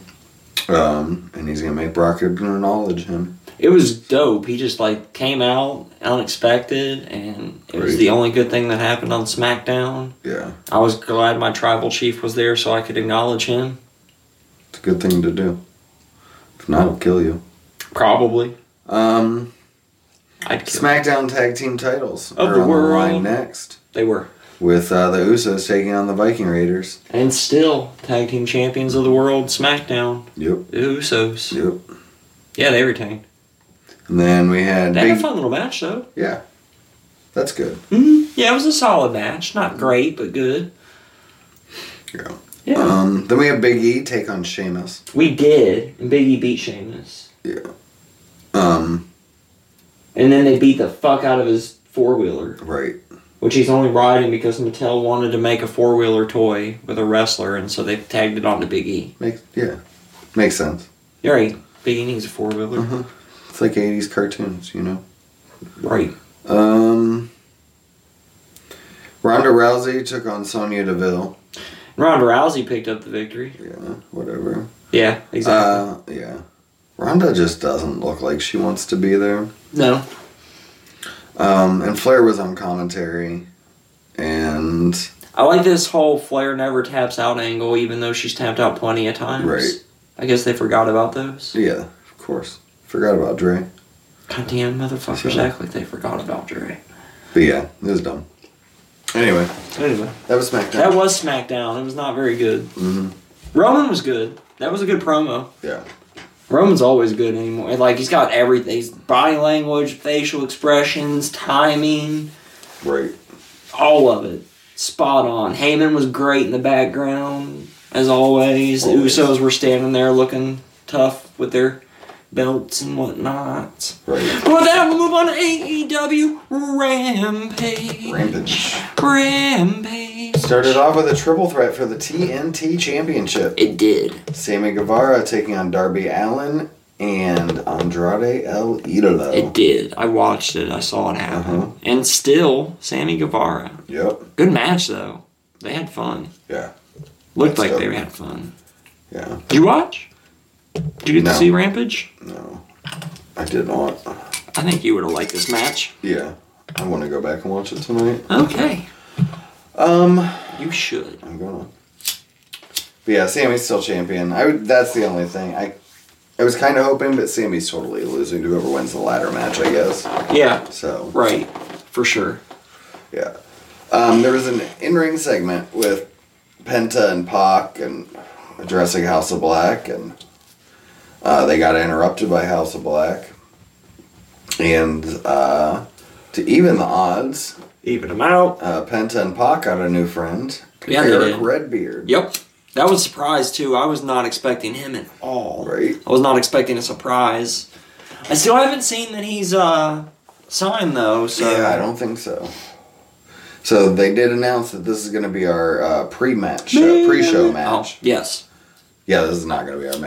S1: Um, and he's gonna make Brock Lesnar acknowledge him.
S3: It was dope. He just like came out unexpected, and it was
S1: Right.
S3: the only good thing that happened on SmackDown.
S1: Yeah,
S3: I was glad my tribal chief was there so I could acknowledge him.
S1: it's a good thing to do. If not, it'll kill you.
S3: Probably,
S1: Um,
S3: I'd kill.
S1: SmackDown tag team titles
S3: Of
S1: are
S3: the
S1: on
S3: world.
S1: line next
S3: they were,
S1: with uh, the Usos taking on the Viking Raiders.
S3: and still tag team champions of the world. SmackDown,
S1: Yep.
S3: the Usos.
S1: Yep.
S3: Yeah, they retained.
S1: And then we had
S3: They had a
S1: big.
S3: fun little match though.
S1: Yeah, that's good.
S3: mm Yeah, it was a solid match. Not great, but good.
S1: Yeah.
S3: Yeah,
S1: Um, then we have Big E take on Sheamus.
S3: we did. And Biggie beat Sheamus,
S1: Yeah. Um.
S3: and then they beat the fuck out of his four wheeler.
S1: Right.
S3: which he's only riding because Mattel wanted to make a four wheeler toy with a wrestler, and so they tagged it onto Big E.
S1: Makes yeah. Makes sense.
S3: You're right. Big E needs a four wheeler.
S1: Mhm. It's like '80s cartoons, you know.
S3: Right.
S1: Um. Ronda Rousey took on Sonya Deville.
S3: Ronda Rousey picked up the victory.
S1: Yeah. Whatever.
S3: Yeah, exactly.
S1: Uh. Yeah. Ronda just doesn't look like she wants to be there.
S3: no.
S1: Um. And Flair was on commentary. And
S3: I like this whole Flair never taps out angle, even though she's tapped out plenty of times.
S1: Right.
S3: I guess they forgot about those.
S1: yeah, of course. Forgot about Dre.
S3: Goddamn motherfuckers
S1: Sure.
S3: act like they forgot about Dre.
S1: But yeah, it was dumb. Anyway,
S3: Anyway,
S1: that was SmackDown.
S3: that was SmackDown. It was not very good.
S1: Mhm.
S3: Roman was good. That was a good promo.
S1: yeah.
S3: Roman's always good anymore. Like he's got everything: He's body language, facial expressions, timing,
S1: Right.
S3: all of it, spot on. Heyman was great in the background as always. The
S1: Always.
S3: Usos were standing there looking tough with their belts and whatnot.
S1: Right.
S3: But with that, we'll move on to AEW Rampage.
S1: Rampage.
S3: Rampage.
S1: Started off with a triple threat for the TNT Championship.
S3: It did.
S1: Sammy Guevara taking on Darby Allen and Andrade El Idolo.
S3: It did. I watched it. I saw it happen.
S1: Oh. Uh-huh.
S3: And still, Sammy Guevara.
S1: Yep.
S3: Good match though. They had fun.
S1: Yeah.
S3: Looked
S1: That's
S3: like
S1: dope.
S3: they had fun.
S1: Yeah.
S3: Did you watch? Did you get
S1: No.
S3: to see Rampage?
S1: No. I did not.
S3: I think you would have liked this match.
S1: Yeah. I want to go back and watch it tonight.
S3: Okay.
S1: Um,
S3: You should.
S1: I'm gonna. But yeah, Sammy's still champion. I would. That's the only thing. I, I was kind of hoping, but Sammy's totally losing to whoever wins the ladder match. I guess.
S3: Yeah.
S1: So.
S3: Right. For sure.
S1: Yeah. Um, there was an in-ring segment with Penta and Pac and addressing House of Black, and uh, they got interrupted by House of Black. And uh, to even the odds,
S3: Even them out.
S1: uh, Penta and Pac got a new friend,
S3: Yeah, they
S1: Eric
S3: did.
S1: Redbeard.
S3: Yep. That was a surprise too. I was not expecting him at all.
S1: Right.
S3: I was not expecting a surprise. I still haven't seen that he's uh signed though, so
S1: yeah, I don't think so. So they did announce that this is going to be our uh, pre-match show, pre-show match.
S3: Oh, yes.
S1: Yeah, this is not going to be our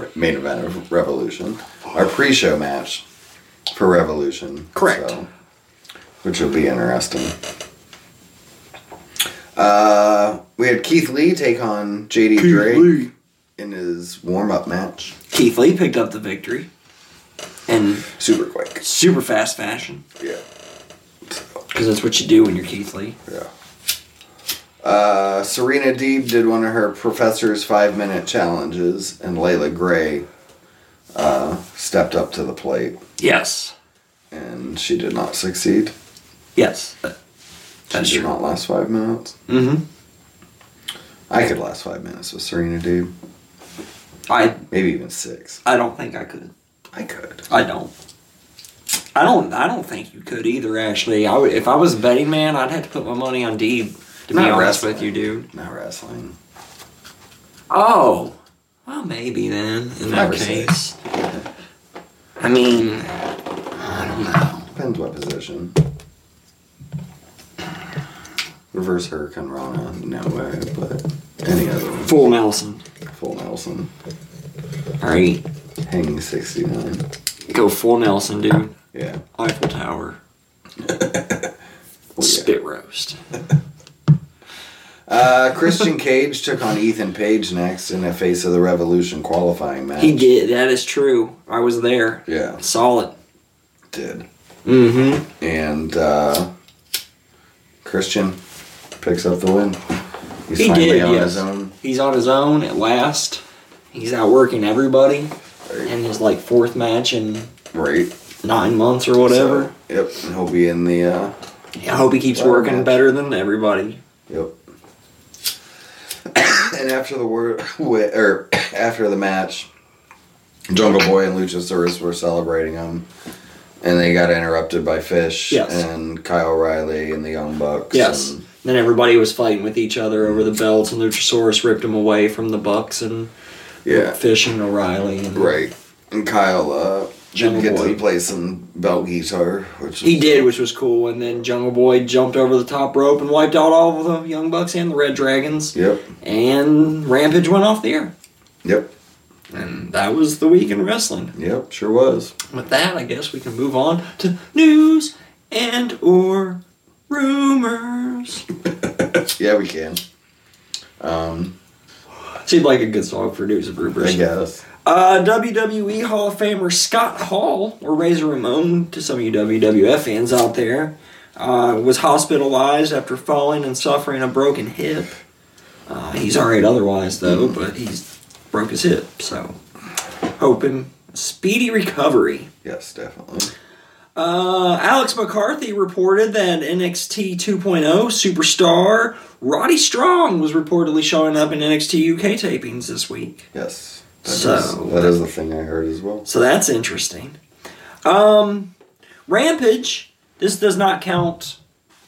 S1: ma- main event of Revolution. Our pre-show match for Revolution.
S3: Correct.
S1: which will be interesting. Uh, we had Keith Lee take on JD Drake in his warm-up match,
S3: Keith Lee picked up the victory. And
S1: super quick.
S3: super fast fashion
S1: Yeah,
S3: because that's what you do when you're Keith Lee.
S1: yeah. Uh, Serena Deeb did one of her professor's five-minute challenges, and Layla Gray uh, stepped up to the plate,
S3: Yes,
S1: and she did not succeed.
S3: yes, that's
S1: She did
S3: true.
S1: not last five minutes.
S3: Mm-hmm.
S1: I could last five minutes with Serena, dude.
S3: I
S1: Maybe even six.
S3: I don't think I could.
S1: I could.
S3: I don't. I don't. I don't think you could either. Actually, I would, if I was a betting man, I'd have to put my money on Deeb. To be
S1: Not
S3: honest
S1: wrestling.
S3: with you, dude.
S1: Not wrestling.
S3: Oh, well, maybe then. In that
S1: Never say.
S3: case, I mean,
S1: Depends what position. Reverse Hurricane Rana, no way, but any other one.
S3: full Nelson.
S1: Full Nelson.
S3: All right,
S1: Hanging 69.
S3: go full Nelson, dude.
S1: Yeah.
S3: Eiffel Tower.
S1: Well, yeah.
S3: Spit roast.
S1: Uh, Christian Cage took on Ethan Page next in a Face of the Revolution qualifying match.
S3: He did. That is true. I was there.
S1: Yeah,
S3: Saw it.
S1: did.
S3: Mm-hmm.
S1: And uh, Christian picks up the win. He's
S3: He
S1: finally
S3: did,
S1: on
S3: yes.
S1: his own.
S3: He's on his own at last. He's outworking everybody in his like fourth match in
S1: Right.
S3: nine months or whatever.
S1: So, yep. And he'll be in the. Uh,
S3: I hope he keeps
S1: Well,
S3: working
S1: match.
S3: better than everybody.
S1: Yep. and after the word, or after the match, Jungle Boy and Luchasaurus were celebrating him, and they got interrupted by Fish
S3: Yes.
S1: and Kyle O'Reilly and the Young Bucks.
S3: Yes.
S1: and-
S3: Um, Then everybody was fighting with each other over the belts, and Luchasaurus ripped him away from the Bucks and
S1: yeah.
S3: Fish and O'Reilly. And
S1: Right. And Kyle uh,
S3: Jungle
S1: didn't get
S3: Boy.
S1: to play some belt guitar, which
S3: He
S1: is-
S3: did, which was cool. And then Jungle Boy jumped over the top rope and wiped out all of the Young Bucks and the Red Dragons.
S1: Yep.
S3: And Rampage went off the air.
S1: Yep.
S3: And that was the week in wrestling.
S1: Yep. Sure was.
S3: With that, I guess we can move on to news and or rumors.
S1: Yeah, we can. Um,
S3: Seemed like a good song for news and rumors.
S1: I guess.
S3: Uh, WWE Hall of Famer Scott Hall, or Razor Ramon to some of you WWF fans out there, uh, was hospitalized after falling and suffering a broken hip. Uh, he's all right otherwise, though, but he's broke his hip, so hoping speedy recovery.
S1: Yes, definitely.
S3: Uh, Alex McCarthy reported that NXT 2.0 superstar Roddy Strong was reportedly showing up in NXT UK tapings this week.
S1: Yes. that is
S3: So-
S1: that is the thing I heard as well.
S3: So that's interesting. Um, Rampage. This does not count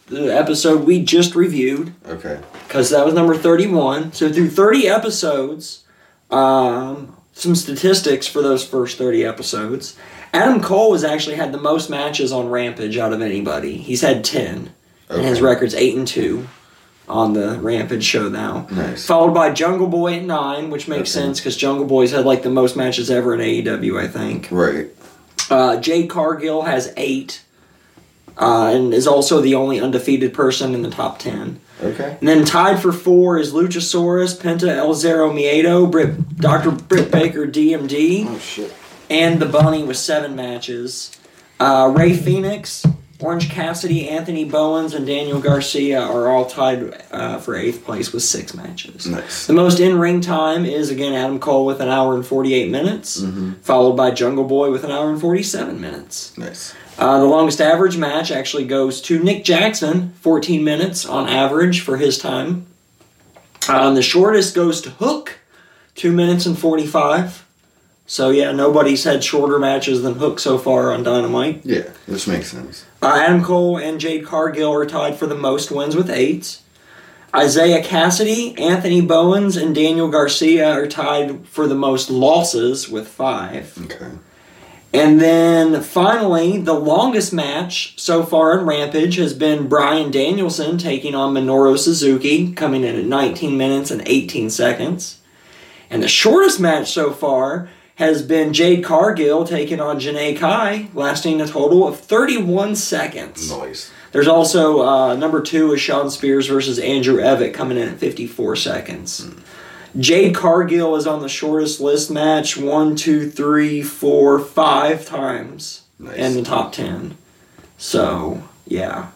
S3: the episode we just reviewed
S1: Okay.
S3: because that was number thirty-one. So through thirty episodes, um, some statistics for those first thirty episodes. Adam Cole has actually had the most matches on Rampage out of anybody. He's had ten, and his
S1: Okay.
S3: record's eight and two on the Rampage show now.
S1: Nice.
S3: Followed by Jungle Boy at nine, which makes sense because Jungle Boy's had like the most matches ever in AEW, I think.
S1: Right.
S3: Uh, Jay Cargill has eight, uh, and is also the only undefeated person in the top ten.
S1: Okay.
S3: And then tied for four is Luchasaurus, Penta El Zero Miedo, Brit, Dr. Britt Baker, DMD,
S1: Oh shit.
S3: and The Bunny with seven matches. Uh, Ray Phoenix, Orange Cassidy, Anthony Bowens, and Daniel Garcia are all tied uh, for eighth place with six matches.
S1: Nice.
S3: The most in ring time is again Adam Cole with an hour and 48 minutes, followed by Jungle Boy with an hour and 47 minutes.
S1: Nice.
S3: Uh, the longest average match actually goes to Nick Jackson, 14 minutes on average for his time. Um, the shortest goes to Hook, 2 minutes and 45. So, yeah, nobody's had shorter matches than Hook so far on Dynamite.
S1: Yeah, this makes sense.
S3: Uh, Adam Cole and Jade Cargill are tied for the most wins with eight. Isaiah Cassidy, Anthony Bowens, and Daniel Garcia are tied for the most losses with five.
S1: Okay.
S3: And then finally, the longest match so far in Rampage has been Brian Danielson taking on Minoru Suzuki, coming in at 19 minutes and 18 seconds. And the shortest match so far has been Jade Cargill taking on Janae Kai, lasting a total of 31 seconds.
S1: Nice.
S3: There's also uh, number two is Sean Spears versus Andrew Evett coming in at 54 seconds.
S1: Hmm.
S3: Jade Cargill is on the shortest list match one, two, three, four, five times
S1: Nice.
S3: in the top 10. So, yeah.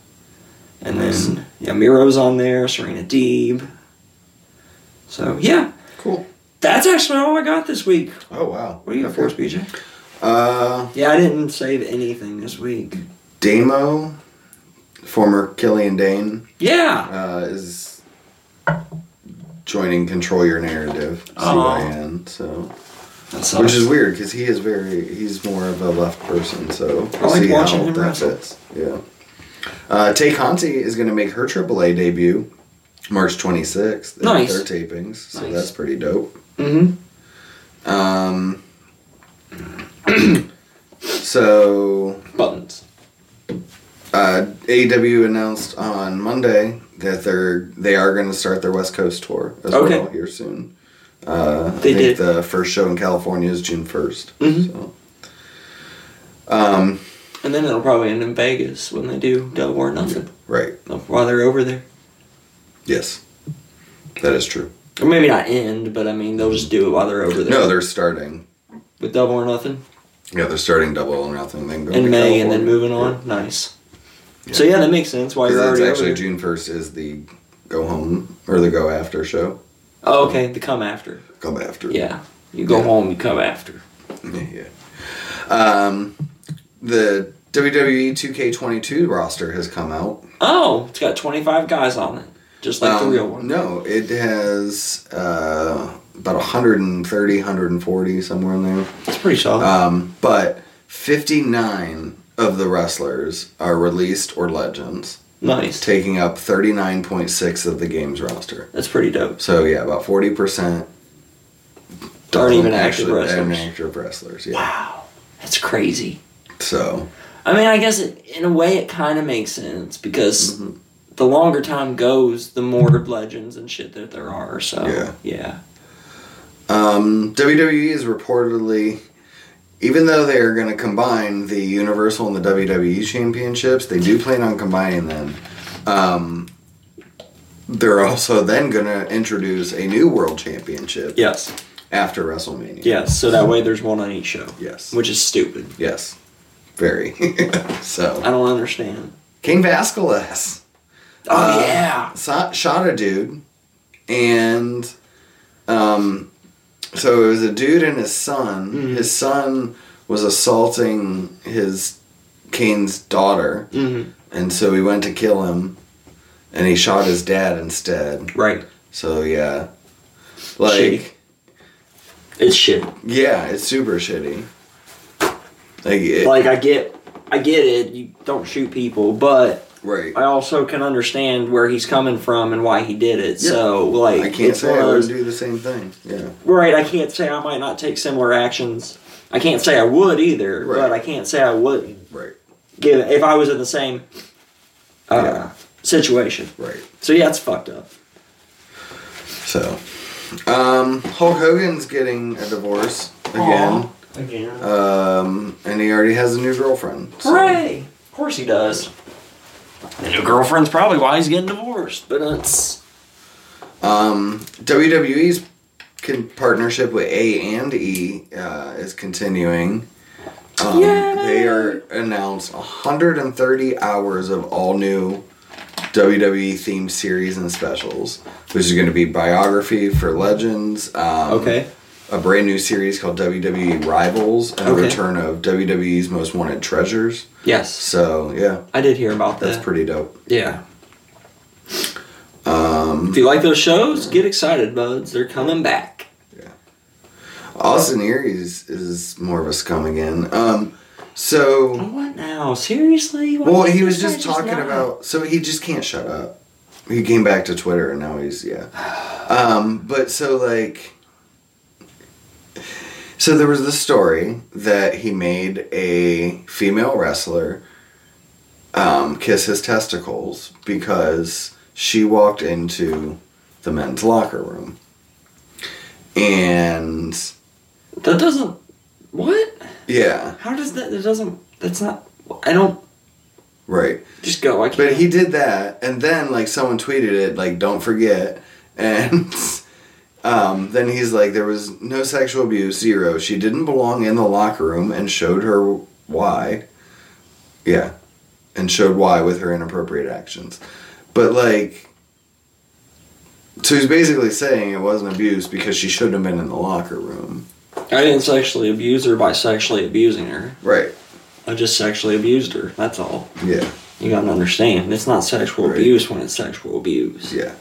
S3: And then, yeah, Miro's on there, Serena Deeb. So, yeah.
S1: Cool.
S3: That's actually all I got this week.
S1: Oh wow.
S3: What do you got for us, BJ?
S1: Uh,
S3: Yeah, I didn't save anything this week.
S1: Damo, former Killian Dane,
S3: Yeah.
S1: uh, is joining Control Your Narrative
S3: Oh.
S1: CYN. So,
S3: That
S1: which
S3: sucks.
S1: is weird because he is very he's more of a left person. So
S3: I like watching him wrestle.
S1: fits. Yeah. Uh, Tay Conti is going to make her AAA debut March 26th. at
S3: Nice.
S1: Their tapings. So
S3: Nice.
S1: that's pretty dope.
S3: mm-hmm.
S1: Um, so
S3: Buttons.
S1: uh, AEW announced on Monday that they're they are going to start their West Coast tour as
S3: Okay.
S1: well here soon. Uh,
S3: They
S1: I think
S3: did.
S1: the first show in California is June 1st
S3: Mhm.
S1: So. Um,
S3: And then it'll probably end in Vegas when they do Double or Nothing.
S1: right.
S3: While they're over there.
S1: Yes. That is true.
S3: Or maybe not end, but I mean they'll just do it while they're over there.
S1: No, they're starting.
S3: with double or nothing
S1: Yeah, they're starting double or nothing. Then going
S3: in
S1: to
S3: May and
S1: California.
S3: then moving on. Nice. So yeah, that makes sense. Why
S1: 'Cause
S3: you're
S1: that's
S3: already over
S1: actually
S3: there.
S1: June first is the go home or the go after show.
S3: Oh, okay, the come after.
S1: Come after.
S3: Yeah, you go
S1: Yeah.
S3: home, you come after.
S1: Yeah. Um, the E WWE 2K22 roster has come out.
S3: Oh, it's got 25 guys on it, just like
S1: Um,
S3: the real oh one.
S1: No, it has uh, about 130, 140 somewhere in there.
S3: It's pretty solid.
S1: Um, but 59 of the wrestlers are released or legends,
S3: nice.
S1: taking up 39.6 of the game's roster.
S3: That's pretty dope.
S1: So yeah, about 40%
S3: Aren't even
S1: don't
S3: active
S1: actually- aren't
S3: wrestlers.
S1: active wrestlers. Yeah.
S3: Wow, that's crazy.
S1: So
S3: I mean, I guess it, in a way it kind of makes sense because
S1: Mm-hmm.
S3: the longer time goes, the more legends and shit that there are. So
S1: Yeah.
S3: yeah.
S1: Um, WWE is reportedly, even though they are going to combine the Universal and the WWE championships, they do plan on combining them. Um, they're also then going to introduce a new world championship
S3: Yes.
S1: after WrestleMania.
S3: Yes. So that way there's one on each show,
S1: Yes.
S3: which is stupid.
S1: Yes. Very. so,
S3: I don't understand.
S1: King Vasquez
S3: Oh
S1: Uh,
S3: yeah.
S1: so- shot a dude, and um, so it was a dude and his son.
S3: Mm-hmm.
S1: His son was assaulting his Kane's daughter,
S3: Mm-hmm.
S1: and so he went to kill him, and he shot his dad instead.
S3: Right.
S1: So yeah, like
S3: Shitty. It's shit.
S1: yeah, it's super shitty. Like, it,
S3: Like I get, I get it. You don't shoot people, but
S1: right.
S3: I also can understand where he's coming from and why he did it. So like,
S1: I can't
S3: it's
S1: say
S3: one
S1: I
S3: of those-
S1: wouldn't do the same thing. Yeah.
S3: Right, I can't say I might not take similar actions. I can't say I would either,
S1: Right.
S3: but I can't say I wouldn't
S1: Right.
S3: give if I was in the same uh,
S1: Yeah.
S3: situation.
S1: Right.
S3: So yeah, it's fucked up.
S1: So, um, Hulk Hogan's getting a divorce again,
S3: Again.
S1: um, and he already has a new girlfriend. so-
S3: Hooray! Of course he does. And your girlfriend's probably why he's getting divorced, but it's
S1: Um, WWE's con- partnership with A and E uh, is continuing. Um,
S3: Yay!
S1: they are announced 130 hours of all new WWE themed series and specials, which is going to be biography for legends. Um,
S3: okay.
S1: a brand new series called WWE Rivals and
S3: Okay.
S1: the return of WWE's Most Wanted Treasures.
S3: Yes,
S1: So yeah,
S3: I did hear about
S1: that's
S3: that.
S1: pretty dope.
S3: yeah. Um, if you like those shows, get excited, buds. They're coming back.
S1: Austin Aries is more of a scum again. Um, so
S3: What now? Seriously? Why
S1: well,
S3: can't
S1: he was
S3: this guy
S1: just talking
S3: die?
S1: about so he just can't shut up. He came back to Twitter and now he's yeah. Um, but so like. So there was this story that he made a female wrestler um, kiss his testicles because she walked into the men's locker room. And
S3: That doesn't. What?
S1: yeah,
S3: How does that? That doesn't. That's not. I don't.
S1: right.
S3: Just go. I can't.
S1: But he did that, and then like someone tweeted it, like "Don't forget," and um, then he's like, "There was no sexual abuse, zero. She didn't belong in the locker room, and showed her why." Yeah, and showed why with her inappropriate actions, but like, so he's basically saying it wasn't abuse because she shouldn't have been in the locker room,
S3: I didn't sexually abuse her by sexually abusing her.
S1: right?
S3: I just sexually abused her. That's all.
S1: Yeah,
S3: You gotta understand. It's not sexual
S1: Right.
S3: abuse when it's sexual abuse.
S1: yeah.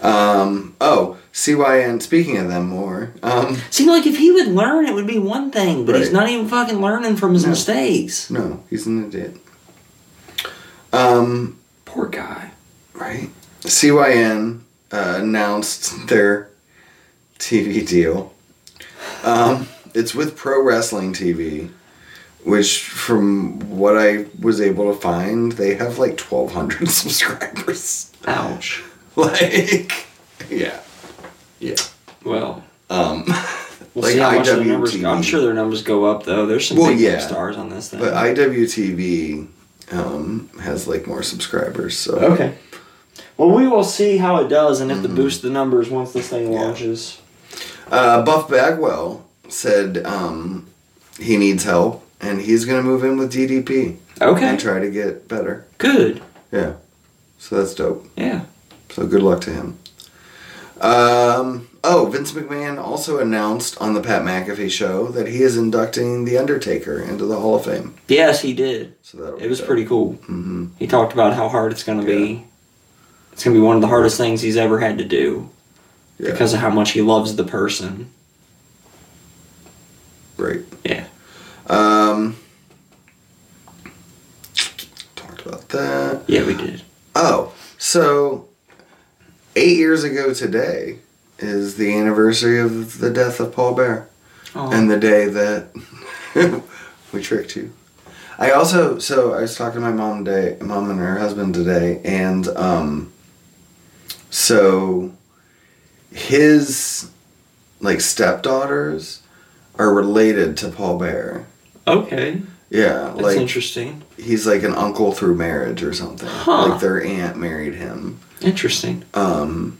S1: Um. Oh, CYN. Speaking of them more. Um.
S3: See, like if he would learn, it would be one thing. But he's
S1: Right.
S3: not even fucking learning from his
S1: No.
S3: mistakes.
S1: No, he's an idiot. Um,
S3: Poor guy.
S1: right. CYN uh, announced their TV deal. Um, it's with Pro Wrestling TV, which, from what I was able to find, they have like 1,200 subscribers.
S3: Ouch.
S1: Like, yeah. Yeah.
S3: Well.
S1: Um,
S3: We'll
S1: Like
S3: see how much their numbers
S1: IWTV.
S3: go. I'm sure their numbers go up though. There's some
S1: Well,
S3: big
S1: yeah.
S3: stars on this thing.
S1: but IWTV um, has like more subscribers, so.
S3: Okay. Well, we will see how it does and if to boost the numbers once this thing launches.
S1: Uh, Buff Bagwell said um, he needs help and he's going to move in with DDP
S3: Okay.
S1: and try to get better.
S3: Good.
S1: Yeah. So that's dope.
S3: Yeah.
S1: So good luck to him. Um, oh, Vince McMahon also announced on the Pat McAfee show that he is inducting The Undertaker into the Hall of Fame.
S3: Yes, he did.
S1: So that
S3: It was pretty cool.
S1: hmm
S3: He talked about how hard it's going to be. It's going to be one of the hardest things he's ever had to do
S1: Yeah.
S3: because of how much he loves the person.
S1: Great.
S3: Yeah.
S1: Um, talked about that.
S3: Yeah, we did.
S1: Oh, so eight years ago today is the anniversary of the death of Paul Bear
S3: Oh.
S1: and the day that we tricked you. I also so I was talking to my mom today, mom and her husband today, and um, so his like stepdaughters are related to Paul Bear.
S3: okay.
S1: Yeah,
S3: That's
S1: like
S3: interesting.
S1: he's like an uncle through marriage or something.
S3: Huh.
S1: Like their aunt married him.
S3: Interesting.
S1: Um,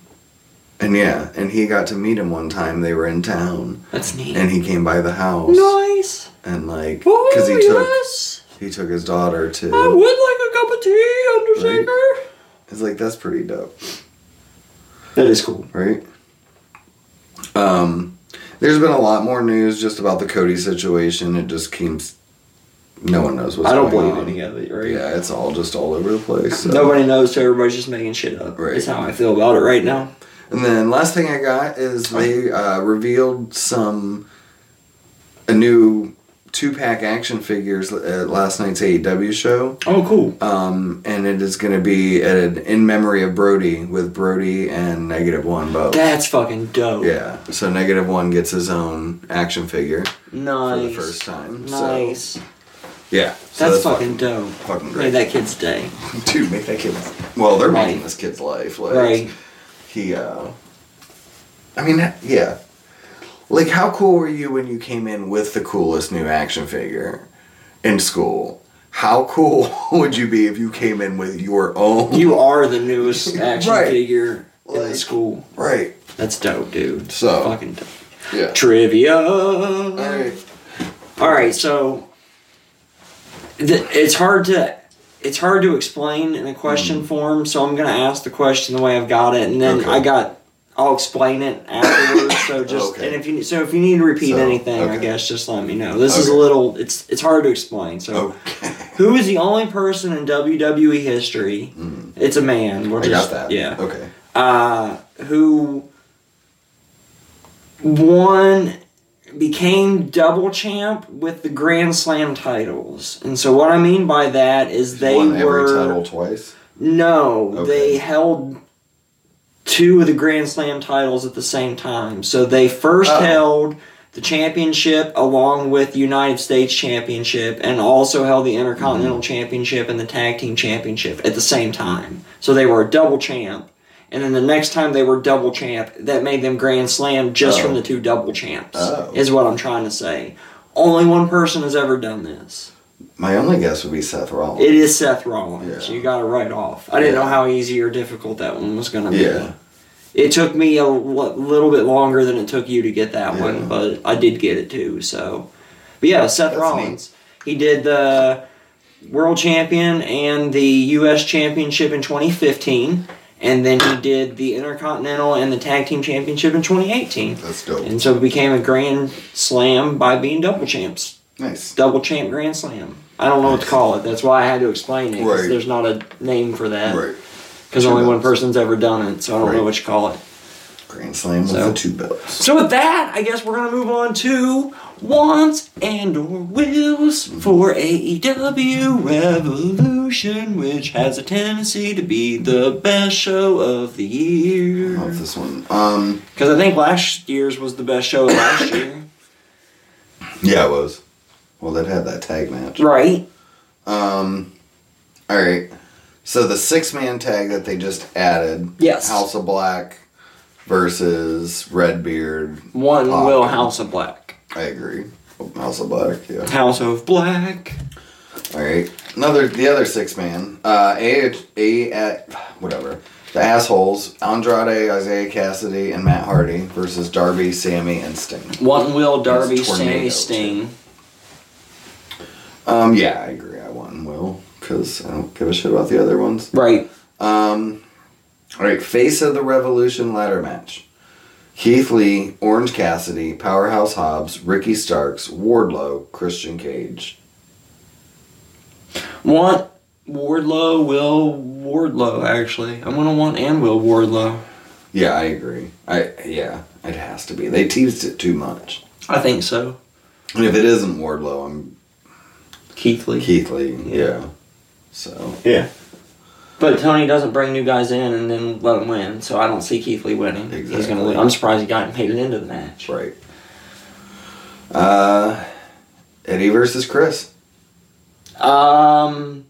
S1: and yeah, and he got to meet him one time. They were in town,
S3: That's neat.
S1: and he came by the house,
S3: nice.
S1: and like,
S3: Oh,
S1: because he took
S3: yes.
S1: he took his daughter
S3: I
S1: to.
S3: would like a cup of tea, Undertaker.
S1: It's like that's pretty dope,
S3: That is cool.
S1: right? Um, there's been a lot more news just about the Cody situation. It just keeps no one knows what's
S3: I don't
S1: going
S3: believe
S1: on.
S3: any of it, right?
S1: Yeah, it's all just all over the place. so.
S3: Nobody knows, so everybody's just making shit up.
S1: Right.
S3: That's how I feel about it right now.
S1: And then last thing I got is
S3: Oh.
S1: they uh, revealed some a new two pack action figures at last night's AEW show,
S3: Oh, cool.
S1: um, and it is going to be an in memory of Brody with Brody and Negative One both.
S3: That's fucking dope.
S1: yeah, so Negative One gets his own action figure
S3: Nice.
S1: for the first time.
S3: Nice.
S1: So, yeah, so
S3: that's, fucking dope.
S1: fucking
S3: Made
S1: great.
S3: that kid's day.
S1: Dude, make that kid. Well, they're
S3: Right.
S1: making this kid's life. Like,
S3: Right.
S1: he uh i mean yeah like how cool were you when you came in with the coolest new action figure in school how cool would you be if you came in with your own
S3: You are the newest action
S1: Right.
S3: figure in the
S1: Like-
S3: school.
S1: right
S3: That's dope, dude.
S1: So-
S3: fucking dope.
S1: yeah
S3: Trivia.
S1: all right
S3: All right, so th- it's hard to it's hard to explain in a question form. So I'm gonna ask the question the way I've got it, and then
S1: Hmm. Okay.
S3: I got I'll explain it afterwards. so just
S1: Okay.
S3: and if you so if you need to repeat
S1: So,
S3: anything, I
S1: okay.
S3: guess just let me know. This is a
S1: Okay.
S3: little it's it's hard to explain. So
S1: okay
S3: who is the only person in WWE history? It's a man. We're
S1: Hmm. i got
S3: just,
S1: that
S3: Yeah
S1: okay
S3: uh, who won became double champ with the Grand Slam titles. And so what I mean by that is they
S1: won
S3: were
S1: every title twice
S3: no,
S1: Okay.
S3: they held two of the Grand Slam titles at the same time. So they first
S1: Oh.
S3: held the championship along with the United States Championship and also held the Intercontinental
S1: Mm-hmm.
S3: Championship and the Tag Team Championship at the same time. So they were a double champ. And then the next time they were double champ, that made them Grand Slam just from
S1: Oh.
S3: the two double champs,
S1: Oh.
S3: is what I'm trying to say. Only one person has ever done this.
S1: my only guess would be seth rollins
S3: It is Seth Rollins.
S1: Yeah.
S3: You got it right off. I didn't know
S1: Yeah.
S3: how easy or difficult that one was going to be.
S1: yeah
S3: It took me a l- little bit longer than it took you to get that
S1: Yeah.
S3: one, but I did get it too. So, but yeah, Seth
S1: That's
S3: Rollins. He did the world champion and the U.S. championship in 2015, and then he did the Intercontinental and the Tag Team Championship in 2018.
S1: that's dope
S3: And so became a Grand Slam by being double champs
S1: nice
S3: double champ grand slam. I don't know what to call it. That's why I had to explain it. 'cause
S1: Right.
S3: There's not a name for that
S1: right
S3: because only
S1: Sure.
S3: one person's ever done it, so I don't know
S1: Right.
S3: what you call it.
S1: grand slam
S3: So-
S1: with the two belts
S3: So with that, I guess we're gonna move on to wants and or wills for AEW Revolution, which has a tendency to be the best show of the
S1: I
S3: year.
S1: love this one um
S3: Because I think last year's was the best show of last year,
S1: yeah it was well that had that tag match
S3: right?
S1: Um, all right. So the six man tag that they just added.
S3: Yes.
S1: House of Black versus Redbeard.
S3: One
S1: Hawk.
S3: will House of Black.
S1: I agree. House of Black. Yeah.
S3: House of Black.
S1: All right. Another the other six man. Uh, a a at whatever. The assholes Andrade, Isaiah Cassidy, and Matt Hardy versus Darby, Sammy, and Sting.
S3: One will Darby,
S1: It's tornado,
S3: Sammy,
S1: too.
S3: Sting.
S1: Um, yeah, I agree. I won Will because I don't give a shit about the other ones.
S3: Right.
S1: Um, all right, face of the Revolution ladder match. Keith Lee, Orange Cassidy, Powerhouse Hobbs, Ricky Starks, Wardlow, Christian Cage.
S3: Want Wardlow, Will Wardlow, actually. I'm going to want and Will Wardlow.
S1: Yeah, I agree. I yeah, it has to be. They teased it too much.
S3: I think so.
S1: And if it isn't Wardlow, I'm
S3: Keith Lee.
S1: Keith Lee. Yeah. So
S3: Yeah. But Tony doesn't bring new guys in and then let them win, so I don't see Keith Lee winning. He's
S1: Exactly.
S3: gonna lose. I'm surprised he got made it into the match.
S1: right. Uh, Eddie versus Chris.
S3: Um,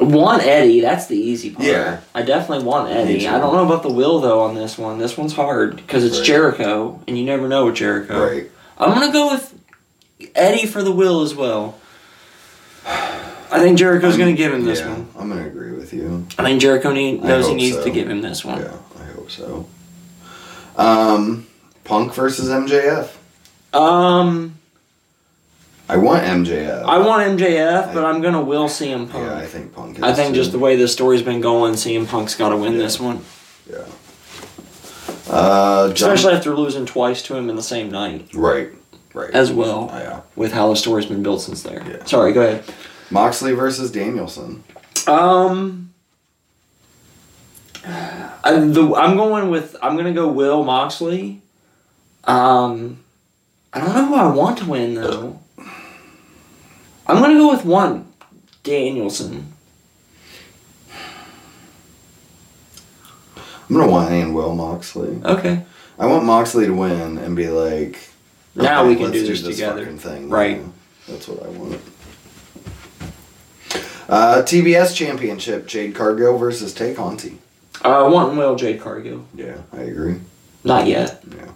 S3: want Eddie. That's the easy part.
S1: Yeah.
S3: I definitely want Eddie.
S1: too.
S3: I don't know about the will though on this one. This one's hard because it's
S1: Right.
S3: Jericho, and you never know with Jericho.
S1: Right.
S3: I'm gonna go with Eddie for the will as well. I think Jericho's gonna give him this
S1: yeah,
S3: one.
S1: I'm gonna agree with you.
S3: I think Jericho need,
S1: I
S3: knows he
S1: hope
S3: needs
S1: so.
S3: to give him this one.
S1: Yeah, I hope so. Um, Punk versus MJF.
S3: Um.
S1: I want MJF.
S3: I want MJF, but I'm gonna will CM Punk.
S1: yeah, I think Punk. Is
S3: I think
S1: too.
S3: just the way the story's been going, CM Punk's got to win this one,
S1: yeah. Uh, John,
S3: especially after losing twice to him in the same night
S1: right, right.
S3: as well.
S1: yeah.
S3: With how the story's been built since there.
S1: Yeah.
S3: Sorry, go ahead.
S1: Moxley versus Danielson.
S3: Um, I, the, I'm going with I'm gonna go Will Moxley. Um, I don't know who I want to win though. I'm gonna go with one Danielson.
S1: I'm gonna want and Will Moxley.
S3: Okay.
S1: I want Moxley to win and be like,
S3: Now
S1: "Okay,
S3: we can
S1: let's
S3: do this, together.
S1: fucking thing,
S3: Right.
S1: Yeah, that's what I want. Uh, TBS Championship: Jade Cargill versus Tay Conti.
S3: Uh, one Will Jade Cargill.
S1: Yeah, I agree.
S3: Not yet.
S1: Yeah.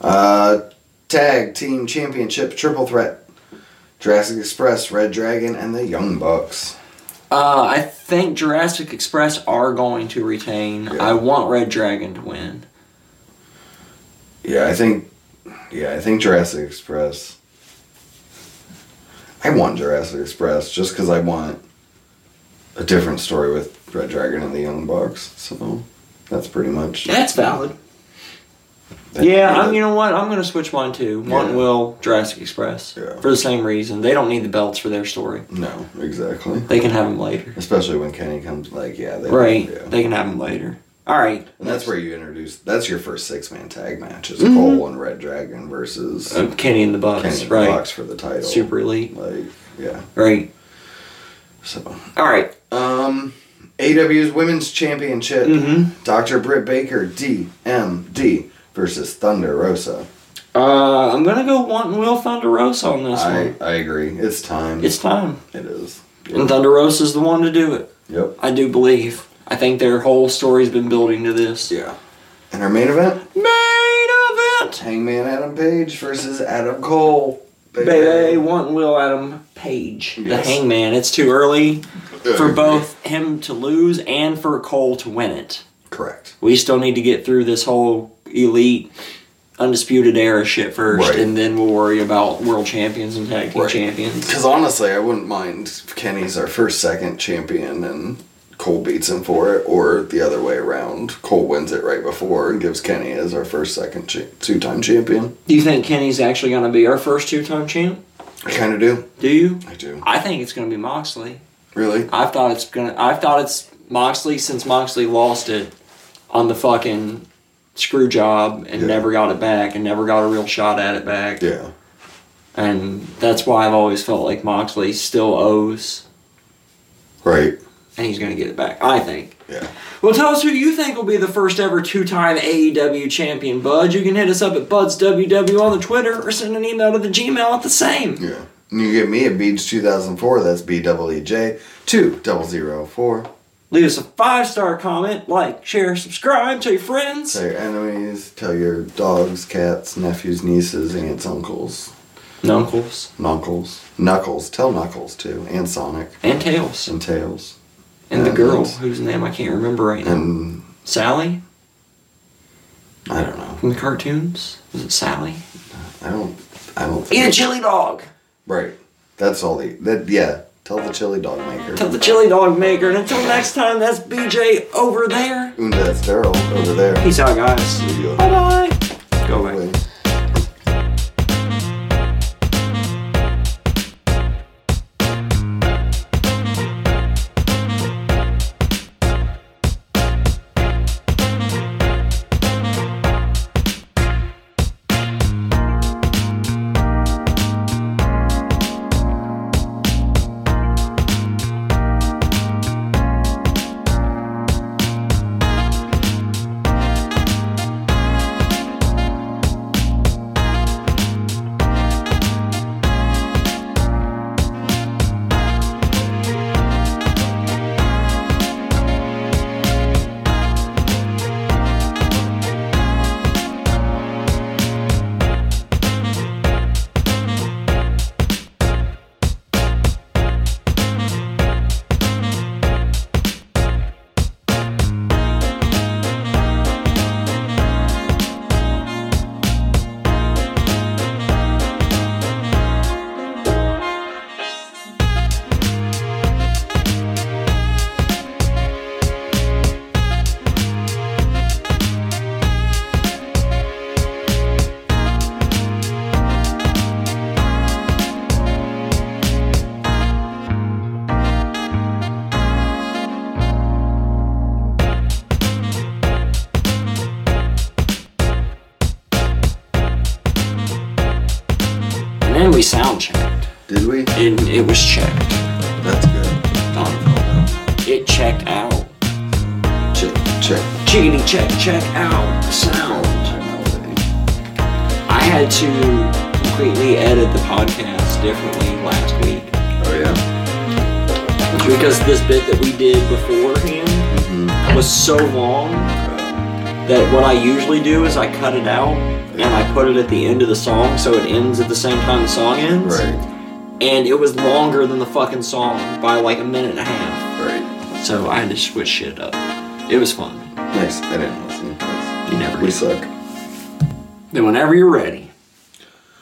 S1: Uh, tag team championship triple threat: Jurassic Express, Red Dragon, and the Young Bucks.
S3: Uh, I think Jurassic Express are going to retain.
S1: Yeah.
S3: I want Red Dragon to win.
S1: Yeah, I think. Yeah, I think Jurassic Express. I want Jurassic Express just because I want a different story with Red Dragon and the Young Bucks. So that's pretty much.
S3: That's valid.
S1: that-
S3: yeah, I'm, you know what? I'm going to switch mine too. One
S1: Yeah.
S3: Will Jurassic Express
S1: Yeah.
S3: for the same reason. They don't need the belts for their story.
S1: No, exactly.
S3: They can have them later.
S1: Especially when Kenny comes, like, yeah, they
S3: Right?
S1: yeah.
S3: They can have them later. All right.
S1: And that's where you introduce. That's your first six man tag match is
S3: Mhm.
S1: Cole and Red Dragon versus
S3: Uh, Kenny and the Bucks.
S1: Kenny and
S3: right.
S1: Bucks for the title.
S3: Super Elite.
S1: Like yeah.
S3: Right.
S1: So
S3: All right.
S1: um, AW's Women's Championship.
S3: Mhm.
S1: Dr. Britt Baker DMD versus Thunder Rosa.
S3: Uh, I'm going to go one Will Thunder Rosa on this
S1: I
S3: one.
S1: I agree. It's time.
S3: It's Mm. time.
S1: it is.
S3: And Thunder Rosa's the one to do it.
S1: Yep.
S3: I do believe. I think their whole story's been building to this.
S1: Yeah. And our main event:
S3: Main event!
S1: Hangman Adam Page versus Adam Cole.
S3: Baby, one Will Adam Page,
S1: Yes.
S3: the hangman. It's too early for both him to lose and for Cole to win it.
S1: Correct.
S3: We still need to get through this whole elite, undisputed era shit first,
S1: Right.
S3: and then we'll worry about world champions and tag team
S1: Right.
S3: champions.
S1: Because honestly, I wouldn't mind if Kenny's our first second champion and Cole beats him for it, or the other way around. Cole wins it right before and gives Kenny as our first second cha- two time champion.
S3: Do you think Kenny's actually going to be our first two time champ?
S1: I kind of do.
S3: Do you?
S1: I do.
S3: I think it's going to be Moxley.
S1: Really?
S3: I've thought it's gonna. I've thought it's Moxley since Moxley lost it on the fucking screw job and
S1: Yeah.
S3: never got it back and never got a real shot at it back.
S1: Yeah.
S3: And that's why I've always felt like Moxley still owes
S1: Right.
S3: and he's gonna get it back. I think.
S1: Yeah.
S3: Well, tell us who you think will be the first ever two-time AEW champion, Bud. You can hit us up at BudsWW on the Twitter or send an email to the Gmail at the same.
S1: Yeah. And you get me at Beach 2004. That's B double E J 2004.
S3: Leave us a five-star comment, like, share, subscribe, tell your friends.
S1: Tell your enemies, tell your dogs, cats, nephews, nieces, aunts, uncles,
S3: Knuckles.
S1: knuckles, knuckles. Tell knuckles too, and Sonic,
S3: And tails.
S1: and tails.
S3: and the
S1: Yeah,
S3: girl
S1: that's-
S3: whose name I can't remember right now.
S1: And
S3: Sally
S1: I don't know.
S3: from the cartoons. Was it Sally?
S1: I don't. I don't.
S3: Eat a
S1: Think
S3: chili dog.
S1: right. That's all. The, that yeah. Tell the chili dog maker.
S3: Tell the chili dog maker. And until next time, that's BJ over there.
S1: Unda, that's Daryl over there.
S3: Peace out, guys.
S1: Yeah.
S3: Bye bye. Go away.
S1: Anyway.
S3: And then we sound checked.
S1: Did we?
S3: And it was checked.
S1: That's good.
S3: Done. It checked out.
S1: Check. Check. Oh,
S3: Chickadee check, check out sound. I had to completely edit the podcast differently last week
S1: Oh yeah.
S3: because this bit that we did beforehand
S1: Mm-hmm.
S3: was so long that what I usually do is I cut it out and I put it at the end of the song so it ends at the same time the song ends.
S1: Right.
S3: And it was longer than the fucking song by like a minute and a half.
S1: Right.
S3: So I had to switch shit up. It was fun.
S1: Nice. I didn't listen.
S3: You never
S1: We
S3: do.
S1: suck.
S3: Then whenever you're ready.